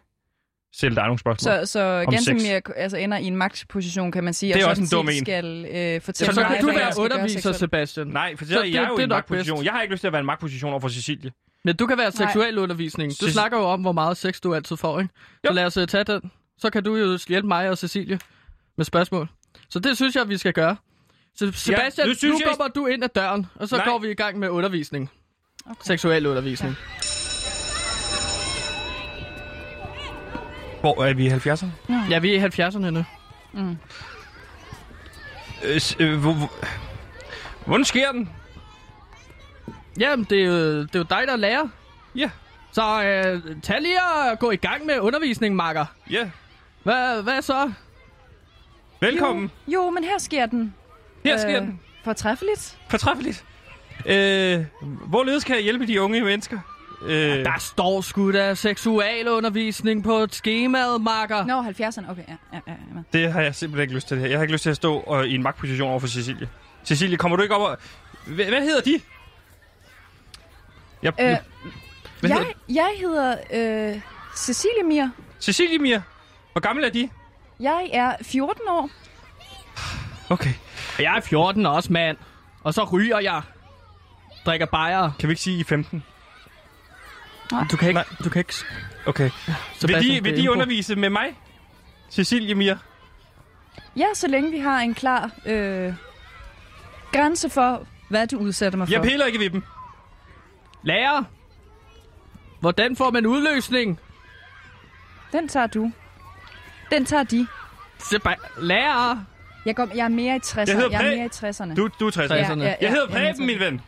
A: stille dig nogle spørgsmål. Så...
C: så så
A: Om
C: Gantemir altså, ender i en magtposition, kan man sige.
A: Det er
C: og
A: også en
C: sådan
A: dum
C: set
A: en.
C: skal øh,
B: Så,
C: fortælle
B: så
C: mig,
B: kan du
C: hvad jeg
B: være
C: skal gøre
B: underviser,
C: seksuelt.
B: Sebastian.
A: Nej, for så,
B: Så
A: jeg
B: det-
A: er jo
B: det
A: i
B: er
A: en
B: nok
A: magtposition.
B: bedst.
A: Jeg har ikke lyst til at være i en magtposition over for Cecilie.
B: Men du kan være seksuel undervisning. Du
A: Cec-
B: snakker jo om, hvor meget sex du altid får, ikke? Så
A: Jo.
B: lad os øh, tage den. Så kan du jo hjælpe mig og Cecilie med spørgsmål. Så det synes jeg, vi skal gøre. Så Sebastian,
A: nu
B: ja,
A: synes
B: nu
A: jeg-
B: kommer du ind ad døren, og så
A: Nej.
B: Nej. går vi i gang med undervisning. Okay. Seksuel undervisning.
A: Hvor er vi i 70'erne?
B: Ja. ja, vi er i 70'erne nu.
A: Øh, s- øh, hvor, hvor... Hvordan sker den?
B: Jamen, det er jo, det er jo dig, der lærer.
A: Ja,
B: Så øh, tag lige og gå i gang med undervisning, makker.
A: ja.
B: Hvad, hvad så?
A: Velkommen.
C: Jo, men her sker den. Øh,
A: Her
B: Øh,
A: sker den.
C: Fortræffeligt.
A: Fortræffeligt. Øh, hvorledes kan jeg hjælpe de unge mennesker? Øh,
B: Der står sgu da seksualundervisning på et skemaet,
A: Ah.
B: makker.
C: Nå, 70'erne. Okay, ja. ja, ja, ja.
A: det har jeg simpelthen ikke lyst til det her. Jeg har ikke lyst til at stå øh, i en magtposition over for Cecilie. Cecilie, kommer du ikke op og... Hva- Hvad hedder de? Jeg,
C: Øh,
A: øh. Hvad hedder
C: jeg, jeg hedder øh, Cecilie Mir.
A: Cecilie Mia, hvor gammel er de?
C: Jeg er 14 år.
A: Okay.
B: Jeg er 14 også, mand. Og så ryger jeg. Drikker bajer.
A: Kan vi ikke sige i 15?
B: Du kan ikke...
A: Nej.
B: Du kan ikke...
A: Okay.
B: Så
A: Vil de, vil de undervise med mig? Cecilie Mia?
C: Ja, så længe vi har en klar øh, grænse for, hvad du udsætter mig for.
A: Jeg piller ikke ved dem.
B: Lærer! Hvordan får man udløsning?
C: Den tager du. Den tager de.
B: Seba- lærer!
C: Jeg, går, jeg er mere i 60'erne.
A: Jeg hedder
C: jeg
A: Præ-
C: er mere i 60'erne.
A: Du, du er 60.
B: Ja.
A: Jeg
B: Jeg
A: hedder
C: jamen, så-
A: Preben, min ven.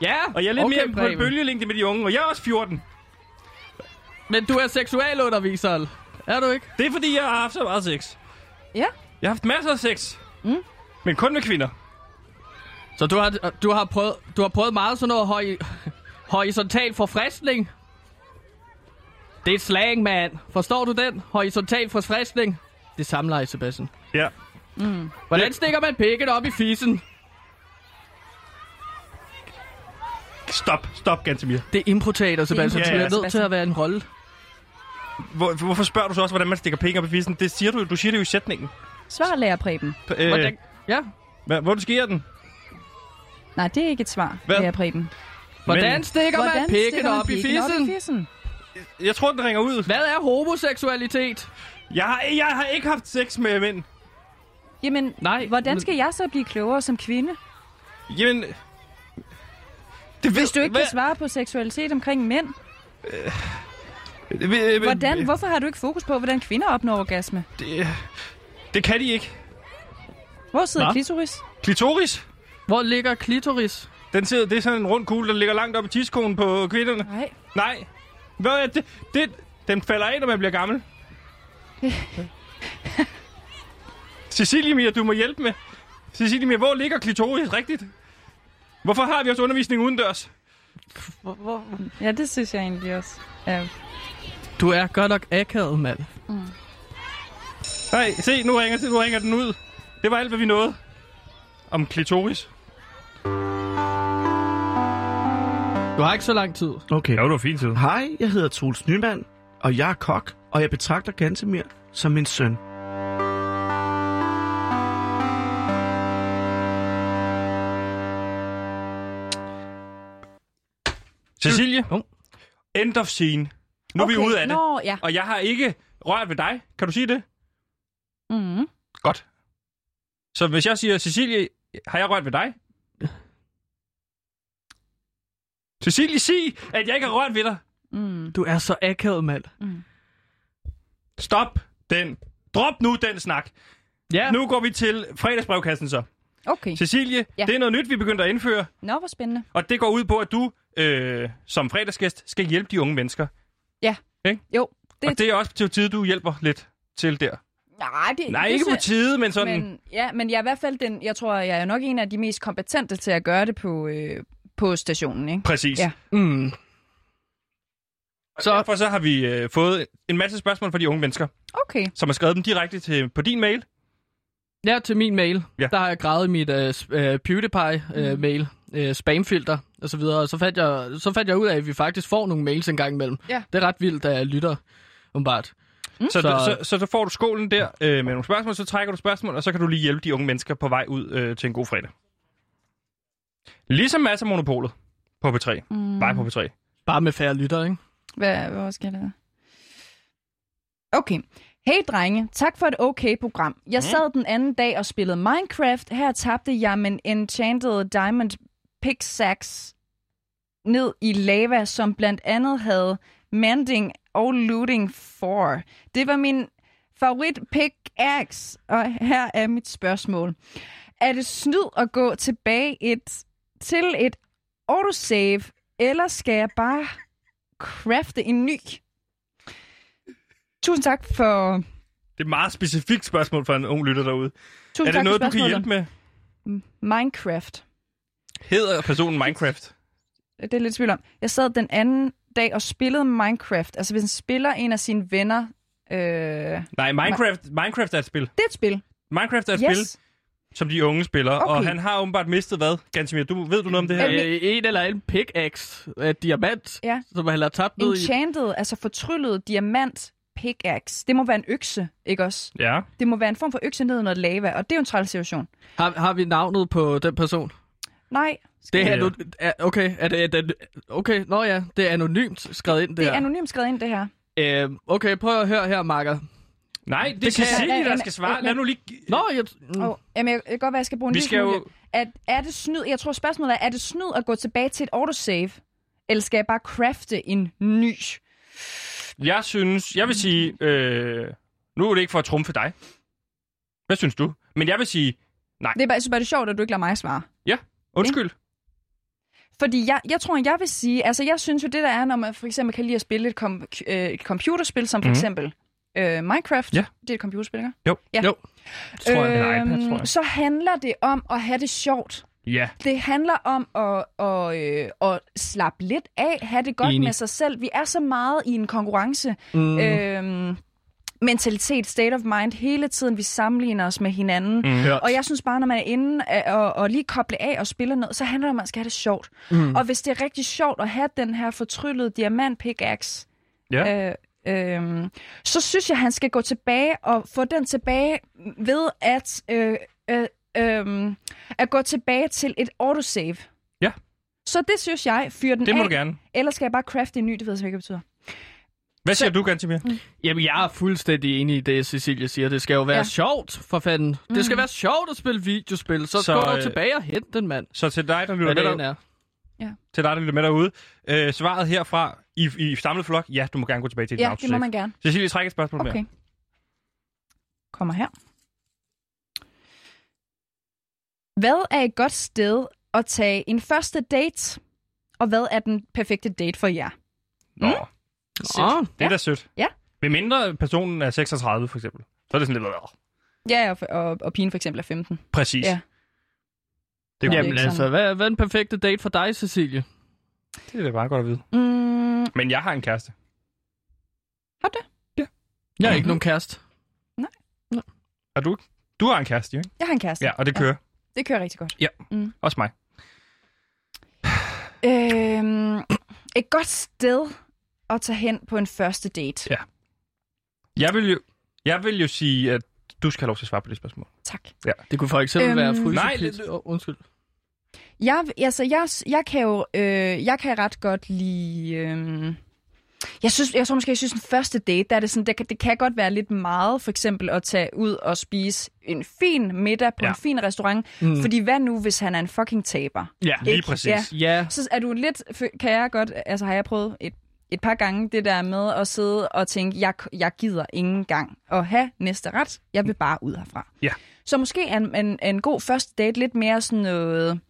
B: Ja,
A: Og jeg er lidt okay, mere på
B: Preben.
A: en bølgelængde med de unge, og jeg er også 14.
B: Men du er seksualunderviser. Er du ikke?
A: Det er fordi, jeg har haft så meget sex.
C: Ja.
A: Jeg har haft masser af sex. Mm. Men kun med kvinder.
B: Så du har, du har, prøvet, du har prøvet meget sådan noget høj, horisontal forfriskning. Det er et slang, mand. Forstår du den? Horisontal forfriskning. Det er samleje, Sebastian.
A: Ja.
B: Hvordan stikker man pikken op i fissen?
A: Stop, stop, Gantemir.
B: Det er improteater, Sebastian.
A: improteater,
B: Du bliver nødt til
C: Sebastian.
B: at være en rolle.
A: Hvor, hvorfor spørger du så også, hvordan man stikker penge op i fissen? Det siger du, du siger det jo i sætningen.
C: Svar, lærer Preben.
A: P- øh,
B: Hvordan? Ja.
A: hva- Hvordan sker den?
C: Nej, det er ikke et svar,
A: Hvad?
C: lærer Preben.
B: Hvordan
A: Men-
B: stikker man pikken
C: stikker man
B: op i
C: pikken
B: fissen?
C: fissen?
A: Jeg tror, den ringer ud.
B: Hvad er homoseksualitet?
A: Jeg har, jeg har ikke haft sex med mænd.
C: Jamen,
B: Nej,
C: Nej, hvordan
B: men-
C: skal jeg så blive klogere som kvinde?
A: Jamen... Det
C: Hvis du ikke kan svare på seksualitet omkring mænd,
A: svare...
C: hvordan, hvorfor har du ikke fokus på, hvordan kvinder opnår orgasme?
A: Det, det kan de ikke.
C: Hvor sidder
B: Nå.
C: klitoris?
A: Klitoris?
B: Hvor ligger klitoris?
A: Den sidder, det er sådan en rund kugle, der ligger langt op i tidskonen på kvinderne.
C: Nej.
A: Nej. Hvad er det? det? Den falder af, når man bliver gammel. Cecilie Mia, du må hjælpe med. Cecilie Mia, hvor ligger klitoris rigtigt? Hvorfor har vi også undervisning udendørs?
C: Ja, det synes jeg egentlig også. Ja.
B: Du er godt nok akavet, mand.
A: Nej, se, nu ringer, se, nu ringer den ud. Det var alt, hvad vi nåede. Om klitoris.
B: Du har ikke så lang tid.
H: Okay.
A: det var fint tid.
H: Hej, jeg hedder Troels Nymand, og jeg er kok, og jeg betragter Gantemir som min søn.
A: Cecilie,
H: Jo.
A: end of scene. Nu okay. er vi ude af det.
C: Nå, ja.
A: Og jeg har ikke rørt ved dig. Kan du sige det?
C: Mm-hmm.
A: Godt. Så hvis jeg siger, Cecilie, har jeg rørt ved dig? Cecilie, sig, at jeg ikke har rørt ved dig.
C: Mm.
B: Du er så akavet, mand.
A: Stop den. Drop nu den snak.
B: Ja.
A: Nu går vi til fredagsbrevkassen så.
C: Okay.
A: Cecilie, ja.
C: Ja.
A: det er noget nyt, vi begyndte at indføre,
C: Nå, hvor spændende.
A: og det går ud på, at du øh, som fredagsgæst skal hjælpe de unge mennesker.
C: Jo.
A: Det...
C: Det-
A: Og det er også til tide, du hjælper lidt til der.
C: Nej, det,
A: Nej,
C: det
A: ikke på
C: synes-
A: tide, men sådan...
C: Men, ja, men jeg er i hvert fald den, jeg tror, jeg er nok en af de mest kompetente til at gøre det på, øh, på stationen, ikke?
A: Præcis.
C: Ja.
H: Mm.
A: Så... Derfor så har vi øh, fået en masse spørgsmål fra de unge mennesker,
C: Okay.
A: som har skrevet dem direkte til, på din mail.
B: Ja, til min mail.
A: Ja.
B: Ja. Der har jeg gravet mit uh, uh,
C: Mm.
B: PewDiePie-mail, uh, uh, spamfilter og så videre. Og så fandt, jeg, så fandt jeg ud af, at vi faktisk får nogle mails en gang imellem.
C: Ja.
B: Det er ret vildt, at jeg lytter, umiddelbart.
A: Mm. Så, så,
B: Så-
A: så, så, så får du skålen der øh, med nogle spørgsmål, så trækker du spørgsmål, og så kan du lige hjælpe de unge mennesker på vej ud øh, til en god fredag. Ligesom masser af monopolet på P3. Mm. Bare på P3.
B: Bare med færre lytter, ikke?
C: Hvad, hvor skal det Okay. Hey drenge, tak for et okay program. Jeg sad den anden dag og spillede Minecraft. Her tabte jeg min Enchanted Diamond Pickaxe ned i lava, som blandt andet havde Mending og Looting 4. Det var min favorit pickaxe, og her er mit spørgsmål. Er det snyd at gå tilbage et, til et autosave, eller skal jeg bare crafte en ny. Tusind tak for...
A: Det er et meget specifikt spørgsmål for en ung lytter derude.
C: Tusind
A: er det
C: Mm, tak
A: noget,
C: for
A: du kan hjælpe med?
C: med? Minecraft.
A: Hedder personen Minecraft?
C: Det er lidt tvivl om. Jeg sad den anden dag og spillede Minecraft. Altså, hvis en spiller en af sine venner... Øh, det
A: Nej, Minecraft, Minecraft er et spil.
C: er et spil.
A: Minecraft er et yes.
C: Yes.
A: spil, som de unge spiller. Okay.
C: Okay.
A: Og han har åbenbart mistet hvad? Gansimir, du, ved du noget om det her?
C: Jamen,
B: Øh, en eller anden pickaxe af diamant,
C: Ja.
B: som han har tabt ned i.
C: Enchanted, altså fortryllet diamant pickaxe. Det må være en økse, ikke også?
A: Ja.
C: Det må være en form for økse ned i noget lava, og det er jo en træls situation.
B: Har, har vi navnet på den person?
C: Nej,
B: Det er,
A: Ja.
B: ja. er okay, er det, er det, okay, nå ja, det er anonymt skrevet ind, det,
C: det er
B: her.
C: anonymt skrevet ind, det her.
B: Øhm, okay, prøv at høre her, Marker.
A: Nej, det, det er
B: kan-
A: Cecilie, der
C: Lad-
A: skal svare.
C: lad-
A: Lad nu lige...
B: Nå, jeg... Mm.
C: Mm. Oh, jamen, jeg, jeg kan godt være, jeg skal bruge en
A: Vi
C: lille
A: skal jo-
C: smule. At, er det snyd? Jeg tror, spørgsmålet er, er det snyd at gå tilbage til et autosave? Eller skal jeg bare crafte en ny?
A: Jeg synes... Jeg vil sige... Øh, nu er det ikke for at trumfe dig. Hvad synes du? Men jeg vil sige...
C: Det er bare, jeg synes bare, det er sjovt, at du ikke lader mig svare.
A: Undskyld.
C: Fordi jeg, jeg tror, jeg vil sige... Altså, jeg synes jo, det der er, når man for eksempel kan lide at spille et, kom, øh, et computerspil, som for
A: Mhm.
C: eksempel øh, Minecraft.
A: Ja.
C: Det er et computerspil, ikke?
A: Jo.
C: Ja.
B: Jo.
A: Det tror jeg, det er en iPad, tror jeg.
C: Så handler det om at have det sjovt.
A: Ja.
C: Det handler om at, at, øh, at slappe lidt af, have det godt
B: Enig.
C: Enig. med sig selv. Vi er så meget i en konkurrence.
B: Mm.
C: Mm. Øhm, mentalitet, state of mind, hele tiden vi sammenligner os med hinanden. Mm.
A: Mm.
C: Og jeg synes bare, når man er inde af- og, og lige koble af og spiller noget, så handler det om, at man skal have det sjovt.
A: Mhm.
C: Mm. Og hvis det er rigtig sjovt at have den her fortryllede diamant pickaxe,
A: Ja.
C: øh, øh, så synes jeg, han skal gå tilbage og få den tilbage ved at, øh, øh, øh, at gå tilbage til et autosave.
A: Ja.
C: Så det synes jeg, fyr den
A: Det må
C: af.
A: du gerne.
C: Ellers skal jeg bare crafte en ny, det ved jeg så ikke, hvad det betyder.
A: Hvad siger du, Gansimir?
C: Mm.
B: Jamen, jeg er fuldstændig enig i det, Cecilie siger. Det skal jo være ja.
C: Ja. Mhm.
B: sjovt, for fanden. Mm. Det skal være sjovt at spille videospil. Så,
A: Så,
B: så gå
A: øh,
B: øh... tilbage og hent den, mand.
A: Så til dig, der lytter
B: Hvad
A: med,
B: den
A: der,
B: er.
A: til dig, der lytter med derude. Øh, svaret herfra i, i samlet flok. Ja, du må gerne gå tilbage til dit
C: Ja, det må man gerne.
A: Cecilie, træk et spørgsmål mere.
C: Okay. Kommer her. Hvad er et godt sted at tage en første date, og hvad er den perfekte date for jer?
A: Nå, mm.
B: Nå,
A: det er da sødt.
C: Ja.
A: Ved mindre personen er 36, for eksempel. Så er det sådan lidt... "Åh."
C: Ja, og, og, og pigen for eksempel er 15.
A: Præcis.
C: Ja.
A: Det, er
B: Jamen
A: Jamen,
C: ikke
B: altså,
C: sådan.
B: hvad, hvad er den perfekte date for dig, Cecilie?
A: det er da bare godt at vide.
C: Mm,
A: Men jeg har en kæreste.
C: har du det?
B: Jeg
A: Mhm.
B: er ikke nogen kæreste.
A: Og du? Du har en kæreste, jo, ikke?
C: Jeg har en kæreste.
A: Ja, og det kører.
C: Det kører rigtig godt.
A: Også mig.
C: Øhm, et godt sted at tage hen på en første date.
A: Ja. Jeg vil jo, jeg vil jo sige, at du skal have lov til at svare på det spørgsmål.
C: Tak.
B: Det kunne for eksempel øhm,
C: Øhm,
B: være
C: nej,
B: frysepizza.
A: det-
B: Åh, undskyld.
C: Jeg, altså, jeg, jeg kan jo øh, jeg kan ret godt lide... Øh, jeg, synes, jeg tror måske, jeg synes, den første date, der er det, sådan, det, kan, det kan godt være lidt meget, for eksempel at tage ud og spise en fin middag på ja.
A: Ja.
C: en fin restaurant. Mm. Fordi hvad nu, hvis han er en fucking taber?
A: Ja, lige
C: Ikke?
A: præcis.
C: Ja.
B: Ja,
C: Så er du lidt, fø- kan jeg godt, altså har jeg prøvet et, et par gange det der med at sidde og tænke, jeg, jeg gider ingen gang at have næste ret, jeg vil bare ud herfra.
A: Ja.
C: Så måske er en, en, en god første date lidt mere sådan noget,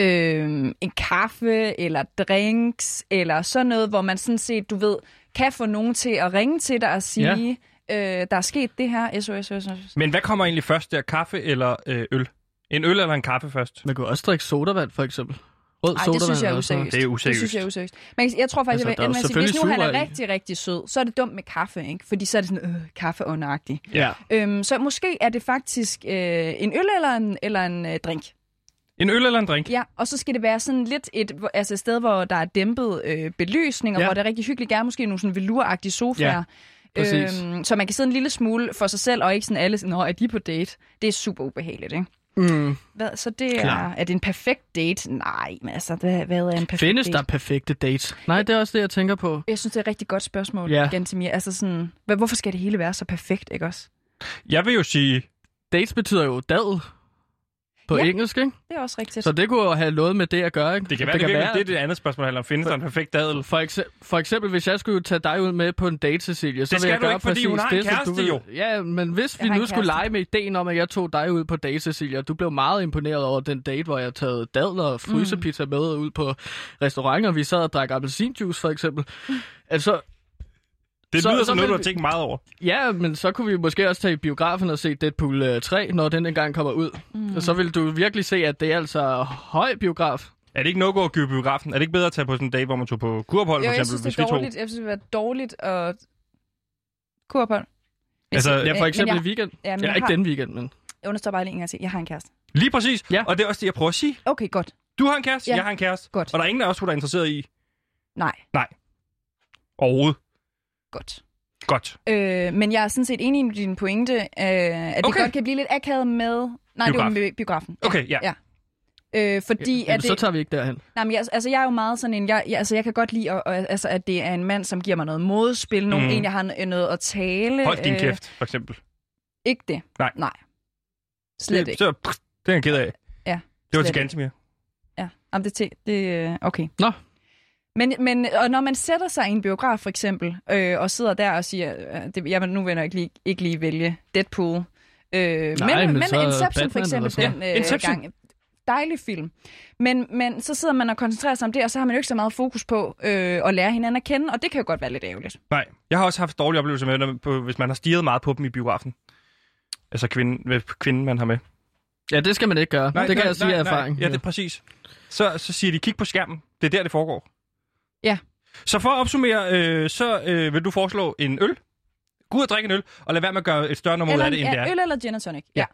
C: øh, en kaffe eller drinks eller sådan noget, hvor man sådan set, du ved, kan få nogen til at ringe til dig og sige, ja. øh, der er sket det her, SOS, SOS, SOS.
A: Men hvad kommer egentlig først der? Kaffe eller øh, øl? En øl eller en kaffe først?
B: man kunne også drikke sodavand, for eksempel. Rød
C: Ej, det
B: sodavand.
C: synes jeg er
B: eller sådan noget.
C: useriøst.
A: Det er
C: Det synes
A: useriøst.
C: jeg er useriøst. Men jeg tror
B: Altså,
C: faktisk, altså,
B: der er jo
C: jeg vil ende med at sige,
B: selvfølgelig
C: hvis nu han er
B: sugerør i.
C: rigtig, rigtig sød, så er det dumt med kaffe, ikke? Fordi så er det sådan, øh, kaffeåndagtigt.
B: Ja.
C: Øhm, så måske er det faktisk øh, en øl eller en, eller en øh, drink.
A: En øl eller en drink?
C: Ja, og så skal det være sådan lidt et, hvor- altså et sted, hvor der er dæmpet øh, belysning, og
B: Ja.
C: ja. hvor det er rigtig hyggeligt. Gerne måske nogle sådan veluragtige sofaer. øhm,
B: præcis.
C: så man kan sidde en lille smule for sig selv, og ikke sådan alle, sådan, Nå, er de på date? Det er super ubehageligt, ikke?
B: Mm.
C: Hvad, så det er,
B: Klar.
C: er det en perfekt date? Nej, men altså, hvad, hvad er en perfekt
B: Findes
C: date?
B: der perfekte dates? Nej, det er også det, jeg tænker på.
C: Jeg synes, det er et rigtig godt spørgsmål,
B: Ja.
C: ja. Gantemir. Altså sådan, hvad, hvorfor skal det hele være så perfekt, ikke også?
A: Jeg vil jo sige,
B: Dates betyder jo dad på
C: Ja.
B: engelsk, ikke?
C: Det er også rigtigt.
B: Så det kunne jo have noget med det at gøre, ikke?
A: det kan være, det, det, det er det andet spørgsmål, handler om. Findes der en perfekt dadel?
B: For, ekse- for eksempel, hvis jeg skulle tage dig ud med på en date, Cecilie, så
A: Det
B: vil jeg
A: skal du
B: gøre
A: ikke, fordi
B: præcis
A: hun har en
B: det, som
A: kæreste,
B: du vil.
A: jo.
B: Ja, men hvis
C: Jeg
B: vi
C: har en
B: nu skulle
C: kæreste.
B: lege med ideen om, at jeg tog dig ud på date, Cecilie, og du blev meget imponeret over den date, hvor jeg taget dadler og
C: Mm.
B: frysepizza med ud på restauranter, og vi sad og drak appelsinjuice, for eksempel. Altså,
A: Det
B: Så-
A: lyder
B: så
A: som noget,
B: vil
A: du har
B: vi-
A: tænkt meget over.
B: ja, men så kunne vi måske også tage i biografen og se Deadpool øh, 3, når den engang kommer ud. Mm. Og så vil du virkelig se, at det er altså høj biograf.
A: Er det ikke noget at gå og købe biografen? Er det ikke bedre at tage på sådan en dag, hvor man tog på kurophold, for
C: jo,
A: eksempel,
C: jeg synes, det
A: hvis
C: er
A: vi tog?
C: dårligt. Jeg synes, det var dårligt at... Kurophold.
A: Altså,
B: Ja, for
C: Øh, men
B: eksempel
C: jeg-
B: i weekend.
C: Ja, men
B: Ja,
C: jeg
B: ikke
C: har-
B: den weekend, men...
C: Jeg understår bare lige en gang til. Jeg har en kæreste.
A: Lige præcis.
B: Ja.
A: Ja. Og det er også det, jeg prøver at sige.
C: Okay, godt.
A: Du har en kæreste,
C: Ja.
A: ja. jeg har en kæreste.
C: Godt.
A: Og der er ingen af os to, der er interesseret i
C: Nej,
A: overhovedet.
C: godt.
A: Godt.
C: Øh, men jeg er sådan set enig i din pointe, øh, at okay.
A: Okay.
C: det godt kan blive lidt akavet med... Nej, det var
A: Biograf.
C: med biografen. Ja.
A: Okay, ja.
C: Ja. Øh, fordi
B: Jamen,
C: at
B: så
C: det,
B: tager vi ikke derhen.
C: nej, men jeg, altså, jeg er jo meget sådan en... Jeg, jeg, altså, jeg kan godt lide, at, og, altså, at det er en mand, som giver mig noget modspil. Nogen,
A: Mhm.
C: en, jeg har n- noget at tale. øh,
A: Hold din kæft, for eksempel.
C: Ikke det.
A: Nej.
C: Nej. Slet
A: det,
C: ikke.
A: så, pff, det er jeg ked af. Det
C: Ja,
A: var
C: slet
A: til
C: ikke.
A: Gantemir.
C: Ja, Jamen, det, er til- det øh, okay.
B: Nå.
C: Men, men og når man sætter sig i en biograf for eksempel, øh, og sidder der og siger, øh, det, jeg vil- nu vil jeg nok lige, ikke lige vælge Deadpool. Øh,
B: Nej, men
C: men,
B: så
C: men Inception
B: Batman
C: for
B: eller
C: eksempel,
B: sådan
C: den øh,
A: Inception.
C: gang, dejlig film. Men, men så sidder man og koncentrerer sig om det, og så har man jo ikke så meget fokus på øh, at lære hinanden at kende, og det kan jo godt være lidt ærgerligt.
A: Nej, jeg har også haft dårlige oplevelser med, når- på- hvis man har stirret meget på dem i biografen. Altså kvinden, med kvinden man har med.
B: Ja, det skal man ikke gøre. Nej, det kan jeg sige af erfaring.
A: Nej. Ja, det er præcis. Så, så siger de, kig på skærmen. Det er der, det foregår.
C: Ja.
A: Så for at opsummere, øh, så øh, vil du foreslå en øl. Gå ud og drikke en øl, og lad være med at gøre et større nummer ud
C: Eller,
A: af det, end det
C: ja,
A: er.
C: øl eller gin og tonic. Ja.
A: Ja.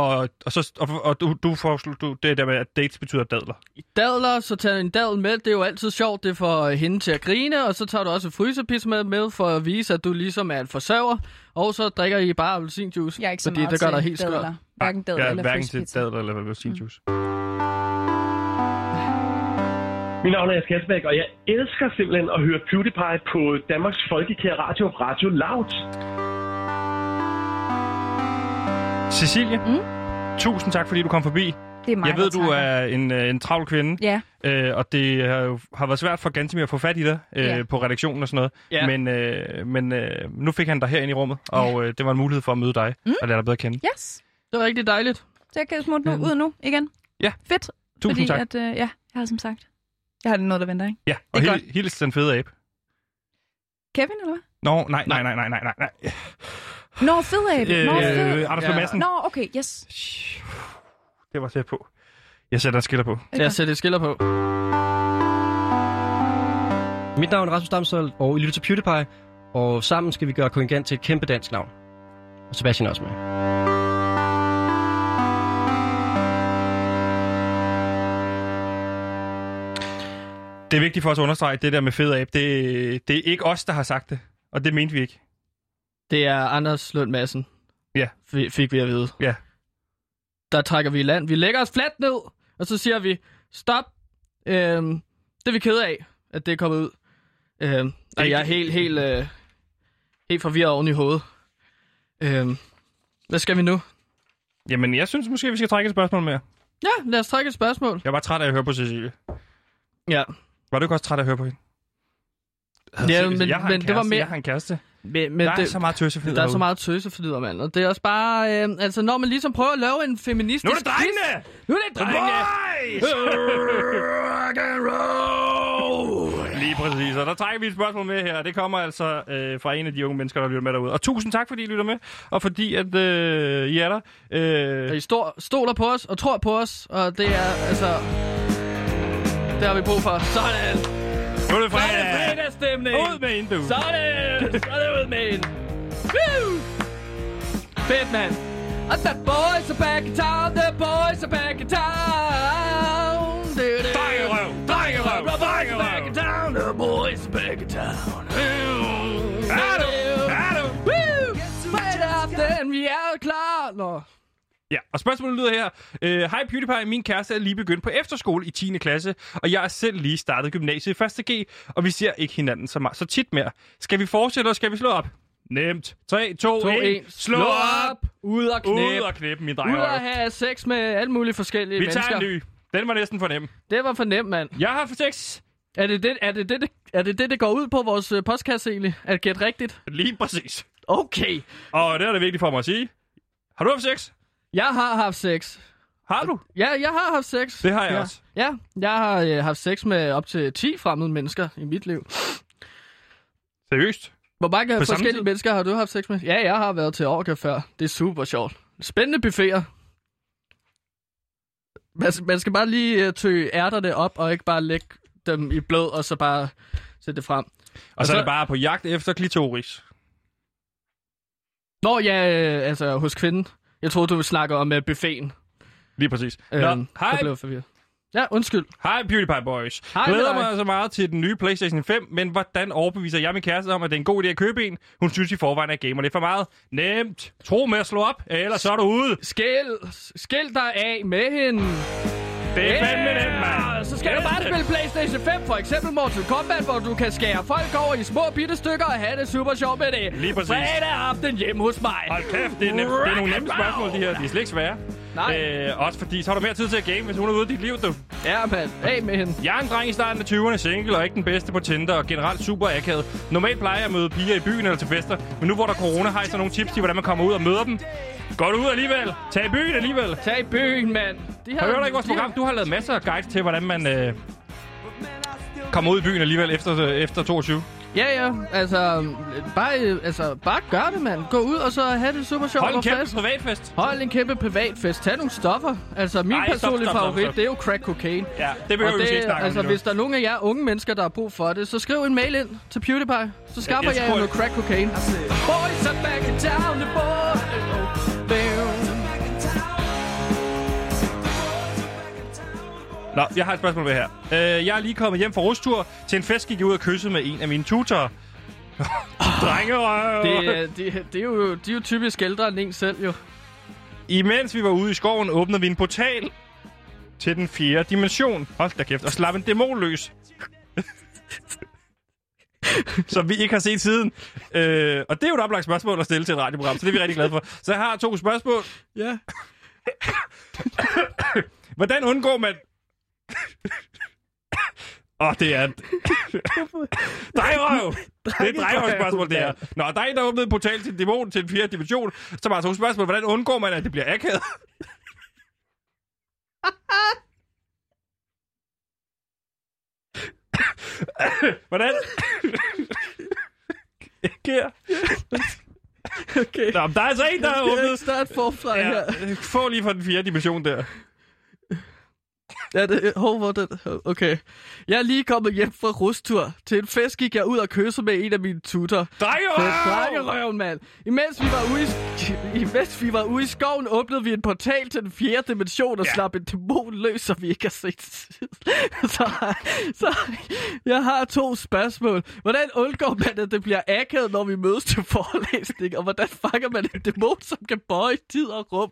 A: Og, og, så, og, og du, du foreslår du, det der med, at dates betyder dadler.
B: Dadler, så tager en dadel med. Det er jo altid sjovt, det får øh, hende til at grine. Og så tager du også en frysepis med, med for at vise, at du ligesom er en forsørger. Og så drikker I bare appelsinjuice.
C: Jeg er ikke så
B: fordi
C: meget
B: det gør
C: til
B: dig helt skør.
C: dadler. Hverken dadel
A: ja,
C: eller
A: hverken
C: frisk
A: til
C: pizza.
A: dadler eller appelsinjuice. Mm.
I: Mit navn er Jes Kasbæk, og jeg elsker simpelthen at høre PewDiePie på Danmarks Folkekære Radio, Radio Loud.
A: Cecilie, mm. tusind tak, fordi du kom forbi.
C: Det er mig,
A: Jeg ved,
C: der
A: du
C: takker.
A: er en, øh, en travl kvinde,
C: Ja,
A: øh, og det har, jo- har været svært for Gantemir at få fat i dig øh,
C: Ja.
A: på redaktionen og sådan noget.
B: Ja.
A: Men, øh, men øh, nu fik han dig herind i rummet, og øh, det var en mulighed for at møde dig mm. og lære dig bedre at kende.
C: yes.
B: Det var rigtig dejligt.
C: Så jeg kan smutte nu, ud nu igen.
A: Øhm. Ja.
C: Fedt.
A: Tusind
C: fordi
A: tak.
C: At, øh, ja, jeg har som sagt. Jeg har noget, der venter, ikke?
A: ja, og
C: det er
A: hil, hils den fede abe.
C: Kevin, eller hvad?
A: Nå, nej, nej, nej, nej, nej, nej.
C: Nå, fed af det. Nå,
A: Øh,
C: fed.
A: øh, Anders
B: Ja.
A: ja. Madsen.
C: Nå, okay, yes.
A: Det var tæt på. Jeg sætter en skiller på.
B: Jeg sætter et skiller på.
J: Mit navn er Rasmus Damshold, og I lytter til PewDiePie, og sammen skal vi gøre Kongen til et kæmpe dansk navn. Og Sebastian er også med.
A: Det er vigtigt for os at understrege, at det der med fed abe, det, det er ikke os, der har sagt det. Og det mente vi ikke.
B: Det er Anders Lund Madsen.
A: Ja.
B: F- fik vi at vide.
A: Ja.
B: Der trækker vi i land. Vi lægger os fladt ned. Og så siger vi, stop, øhm, det er vi ked af, at det er kommet ud. Øhm, og jeg er helt, helt, øh, helt forvirret oven i hovedet. Øhm, hvad skal vi nu?
A: Jamen, jeg synes måske, vi skal trække et spørgsmål mere.
B: Ja, lad os trække et spørgsmål.
A: Jeg var træt af at høre på Cecilie.
B: Ja.
A: Var du ikke også træt af at høre på hende?
B: Ja, men-
A: jeg har en
B: men det
A: kæreste,
B: var mere-
A: Jeg har en kæreste.
B: Men, men
A: Der er så meget tøseflider
B: Der er så
A: derude.
B: meget tøseflider, mand. Og det er også bare... Øh, altså, når man ligesom prøver at lave en feministisk...
A: Nu er det drengene!
B: quiz- Nu er det drengene!
A: Lige præcis, og der trækker vi et spørgsmål med her. Det kommer altså øh, fra en af de unge mennesker, der lytter med derude. Og tusind tak, fordi I lytter med, og fordi at, øh, I er der.
B: Og
A: Øh,
B: I står, stoler på os og tror på os, og det er altså... Det har vi brug for. Sådan!
A: nu er det
B: Så er det
A: fredag!
B: fredagsstemning!
A: Ud med hende, du!
B: Sådan! Så er det ud med en. Woo! Fedt, mand. Og the boys are back in town, the boys are back in town.
A: Drengerøv! Drengerøv!
B: The boys are back
A: Drengerøv!
B: in town, the boys are back in town.
A: Er du? Er du?
B: Woo! Fredag aften, vi er klar. Nå.
A: Ja, og spørgsmålet lyder her. Øh, Hej PewDiePie, min kæreste er lige begyndt på efterskole i 10. klasse, og jeg er selv lige startet gymnasiet i 1. G, og vi ser ikke hinanden så, meget, så tit mere. Skal vi fortsætte, eller skal vi slå op? Nemt. 3, 2,
B: 2,
A: 1.
B: 1.
A: Slå op!
B: Ud og
A: Ud
B: knæp.
A: og knæppe, min
B: Ud og
A: drengerøv.
B: have sex med alle mulige forskellige
A: Vi
B: mennesker.
A: tager en ny. Den var næsten for nem.
B: Det var for nemt, mand.
A: Jeg har for sex.
B: Er det det, er det, det, det, er det, det, det går ud på vores øh, postkasse egentlig? At gætte rigtigt?
A: Lige præcis.
B: Okay.
A: Og det er det vigtigt for mig at sige. Har du haft sex?
B: Jeg har haft sex.
A: Har du?
B: Ja, jeg har haft sex.
A: Det har jeg
B: ja.
A: også.
B: Ja, jeg har øh, haft sex med op til 10 fremmede mennesker i mit liv.
A: Seriøst?
B: Hvor mange
A: På samme
B: forskellige
A: tid?
B: mennesker har du haft sex med? Ja, jeg har været til Orca før. Det er super sjovt. Spændende buffeter. Man, man skal bare lige øh, tø ærterne op, og ikke bare lægge dem i blod, og så bare sætte det frem.
A: Og så
B: så-
A: er det bare på jagt efter klitoris.
B: Nå ja, øh, altså hos kvinden. Jeg troede, du ville snakke om uh, buffeten.
A: Lige præcis. Nå,
B: Øhm,
A: hej
B: Jeg blev forvirret. Ja, undskyld.
A: Hej PewDiePie Boys.
B: Hej
A: Hej
B: med
A: Glæder
B: dig.
A: mig så meget til den nye PlayStation 5, men hvordan overbeviser jeg min kæreste om, at det er en god idé at købe en? Hun synes i forvejen, at gamer det er for meget. Nemt. Tro med at slå op, ellers så er du ude.
B: Skæld, skæld dig af med hende.
A: Det er fandme nemt,
B: Ja,
A: mand.
B: Så skal du bare spille Playstation 5, for eksempel Mortal Kombat, hvor du kan skære folk over i små bitte stykker og have det super sjovt med det.
A: Lige præcis.
B: Fredag aften hjemme hos mig.
A: Hold kæft, det er, nemt. det er nogle nemme spørgsmål, de her. De er slet ikke svære.
B: Nej.
A: Øh, også fordi, så har du mere tid til at game, hvis hun er ude af dit liv, du.
B: Ja, mand. Af med hende.
A: Jeg er en dreng i starten af 20'erne, single og ikke den bedste på Tinder, og generelt super akavet. Normalt plejer jeg at møde piger i byen eller til fester, men nu hvor der er corona, har jeg så nogle tips til, hvordan man kommer ud og møder dem. Går du ud alligevel? Tag i byen alligevel.
B: Tag i byen, mand. De her,
A: Har du hørt ikke vores program? Du har lavet masser af guides til, hvordan man øh, kommer ud i byen alligevel efter, øh, efter 22.
B: Ja, ja. Altså, øh, bare, øh, altså, bare gør det, mand. Gå ud og så have det super sjovt.
A: Hold en
B: og
A: kæmpe
B: fest.
A: privatfest.
B: Hold en kæmpe privatfest. Tag nogle stoffer. Altså, min
A: Ej, stop,
B: personlige
A: stop, stop,
B: favorit,
A: stop.
B: det er jo crack cocaine.
A: Ja, det
B: Og
A: behøver vi
B: det,
A: ikke snakke
B: altså,
A: om
B: hvis der er nogen af jer unge mennesker, der har brug for det, så skriv en mail ind til PewDiePie. Så skaffer
A: jeg
B: jeg, jeg
A: tror-
B: noget crack cocaine. Boys are back in town, the boys are down.
A: Nå, jeg har et spørgsmål med her. Øh, jeg er lige kommet hjem fra rustur. Til en fest gik jeg ud og kyssede med en af mine tutorer. Drengerøv!
B: Det, er- det, er- det er jo, de er jo typisk ældre end en selv, jo.
A: Imens vi var ude i skoven, åbnede vi en portal til den fjerde dimension. Hold da kæft, og slap en dæmon løs. som vi ikke har set siden. Øh, og det er jo et oplagt spørgsmål at stille til et radioprogram, så det er vi rigtig glade for. Så jeg har to spørgsmål.
B: Ja.
A: Hvordan undgår man... Åh, oh, det er... et- Drejrøv! Det er et drejrøvspørgsmål, det her. Nå, der er en, der åbnede en portal til en dæmon til en fjerde dimension. Så bare to spørgsmål. Hvordan undgår man, at det bliver akavet? Hvordan? Akavet?
B: Okay.
A: Nå, men der er altså en, der har
B: Jeg skal
A: åbnet
B: starte forfra her.
A: Ja, få lige fra den fjerde dimension der.
B: Ja, det, hov, hvor den, okay. Jeg er lige kommet hjem fra rustur. Til en fest gik jeg ud og kysse med en af mine tutor.
A: Drengerøv!
B: Drengerøven, mand. Imens vi, var ude i, imens vi var ude i skoven, åbnede vi en portal til den fjerde dimension og ja. slap en dæmon løs, som vi ikke har set siden. så, så jeg har to spørgsmål. Hvordan undgår man, at det bliver akavet, når vi mødes til forelæsning? Og hvordan fanger man en dæmon, som kan bøje tid og rum?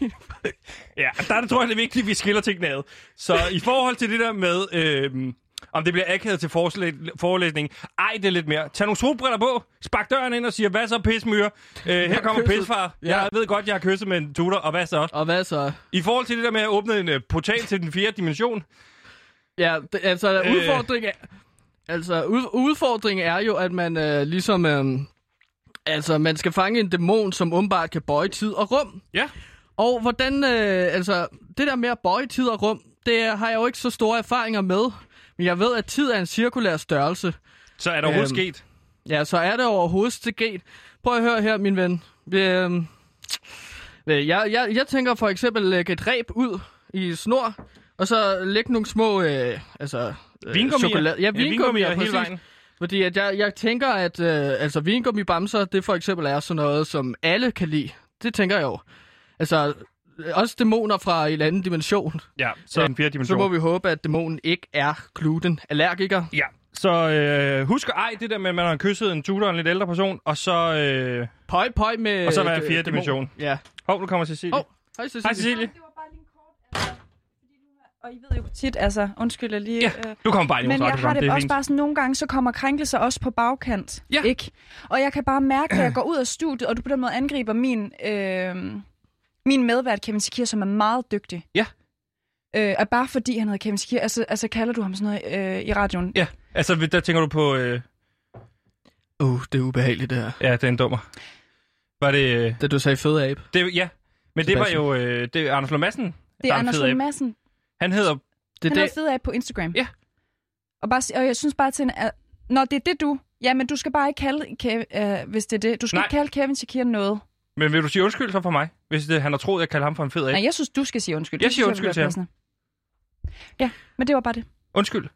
A: Ja, og der er det, tror jeg, det er vigtigt, at vi skiller tingene ad. Så i forhold til det der med, øh, om det bliver akavet til forslæ- forelæsning, ej, det er lidt mere. Tag nogle solbriller på, spark døren ind og siger, hvad så, pismyre? Øh, her kommer
B: kysset.
A: pisfar.
B: Ja.
A: Jeg ved godt, jeg har kysset med en tutor, og hvad så?
B: Og hvad så?
A: I forhold til det der med at åbne en øh, portal til den fjerde dimension,
B: Ja, det, altså
A: Øh.
B: udfordringen er, altså ud, udfordringen er jo at man øh, ligesom øh, altså man skal fange en dæmon som umiddelbart kan bøje tid og rum.
A: ja,
B: Og hvordan øh, altså det der med at bøje tid og rum, det øh, har jeg jo ikke så store erfaringer med. Men jeg ved at tid er en cirkulær størrelse.
A: så er der overhovedet
B: Øhm.
A: sket. øh,
B: Ja, så er det overhovedet til gate. Prøv at høre her, min ven. Øhm, øh, jeg, jeg, jeg tænker for eksempel at lægge et reb ud i snor, og så lægge nogle små øh, altså, øh,
A: Vingummier.
B: chokolade- Ja, vingummier, ja,
A: hele
B: præcis.
A: vejen.
B: Fordi at jeg, jeg tænker, at øh, altså, vingummibamser, det for eksempel er sådan noget, som alle kan lide. Det tænker jeg jo. Altså, øh, også dæmoner fra en anden dimension.
A: Ja, så den fjerde
B: Så
A: dimension.
B: må vi håbe, at dæmonen ikke er glutenallergiker.
A: Ja, så øh, husk ej det der med, at man har kysset en tutor, en lidt ældre person, og så... Øh,
B: Pøj, pøj med...
A: Og så være
B: øh,
A: fjerde
B: dæmonen.
A: dimension.
B: Ja.
A: hov, nu kommer Cecilie.
B: Hov,
A: Oh,
B: hej Cecilie.
A: Hej Cecilie.
C: Det var bare lige en kort... altså, fordi nu er- Og I ved jo tit, altså, undskyld, jeg lige...
A: Ja,
C: øh,
A: du kommer bare i
C: Men
A: vores
C: jeg har
A: radioprogram,
C: det,
A: er
C: også
A: fint.
C: bare sådan, nogle gange så kommer krænkelser også på bagkant.
B: Ja.
C: Ikke? Og jeg kan bare mærke, at jeg går ud af studiet, og du på den måde angriber min, øh, min medvært, Kevin Sikir, som er meget dygtig.
A: Ja.
C: Øh, og bare fordi han hedder Kevin Sikir, altså, altså kalder du ham sådan noget øh, i radioen.
A: Ja, altså der tænker du på... Øh,
B: Uh, det er ubehageligt det her.
A: ja, det er en dummer. Var det... Øh,
B: Da du sagde fede abe.
A: det ja, men
B: Sebastian.
A: det var jo... Øh, det er Anders Lund Madsen,
C: Det er
A: der en
C: Anders
A: fed
C: Lund
A: abe.
C: Madsen.
A: Han hedder...
B: Det
C: Han
B: er
C: er
B: det.
C: fed af på Instagram.
A: Ja.
C: Og, bare, si- og jeg synes bare til en... at- Når det er det, du... Ja, men du skal bare ikke kalde... Kev, øh, hvis det er det. Du skal
A: Nej.
C: ikke kalde Kevin Shakir noget.
A: Men vil du sige undskyld så for mig, hvis det, han har troet, jeg kaldte ham for en fed abe?
C: Nej, jeg synes, du skal sige undskyld.
A: Jeg
C: Det
A: siger
C: synes ville
A: undskyld
C: være passende. Ja, men det var bare det.
A: Undskyld.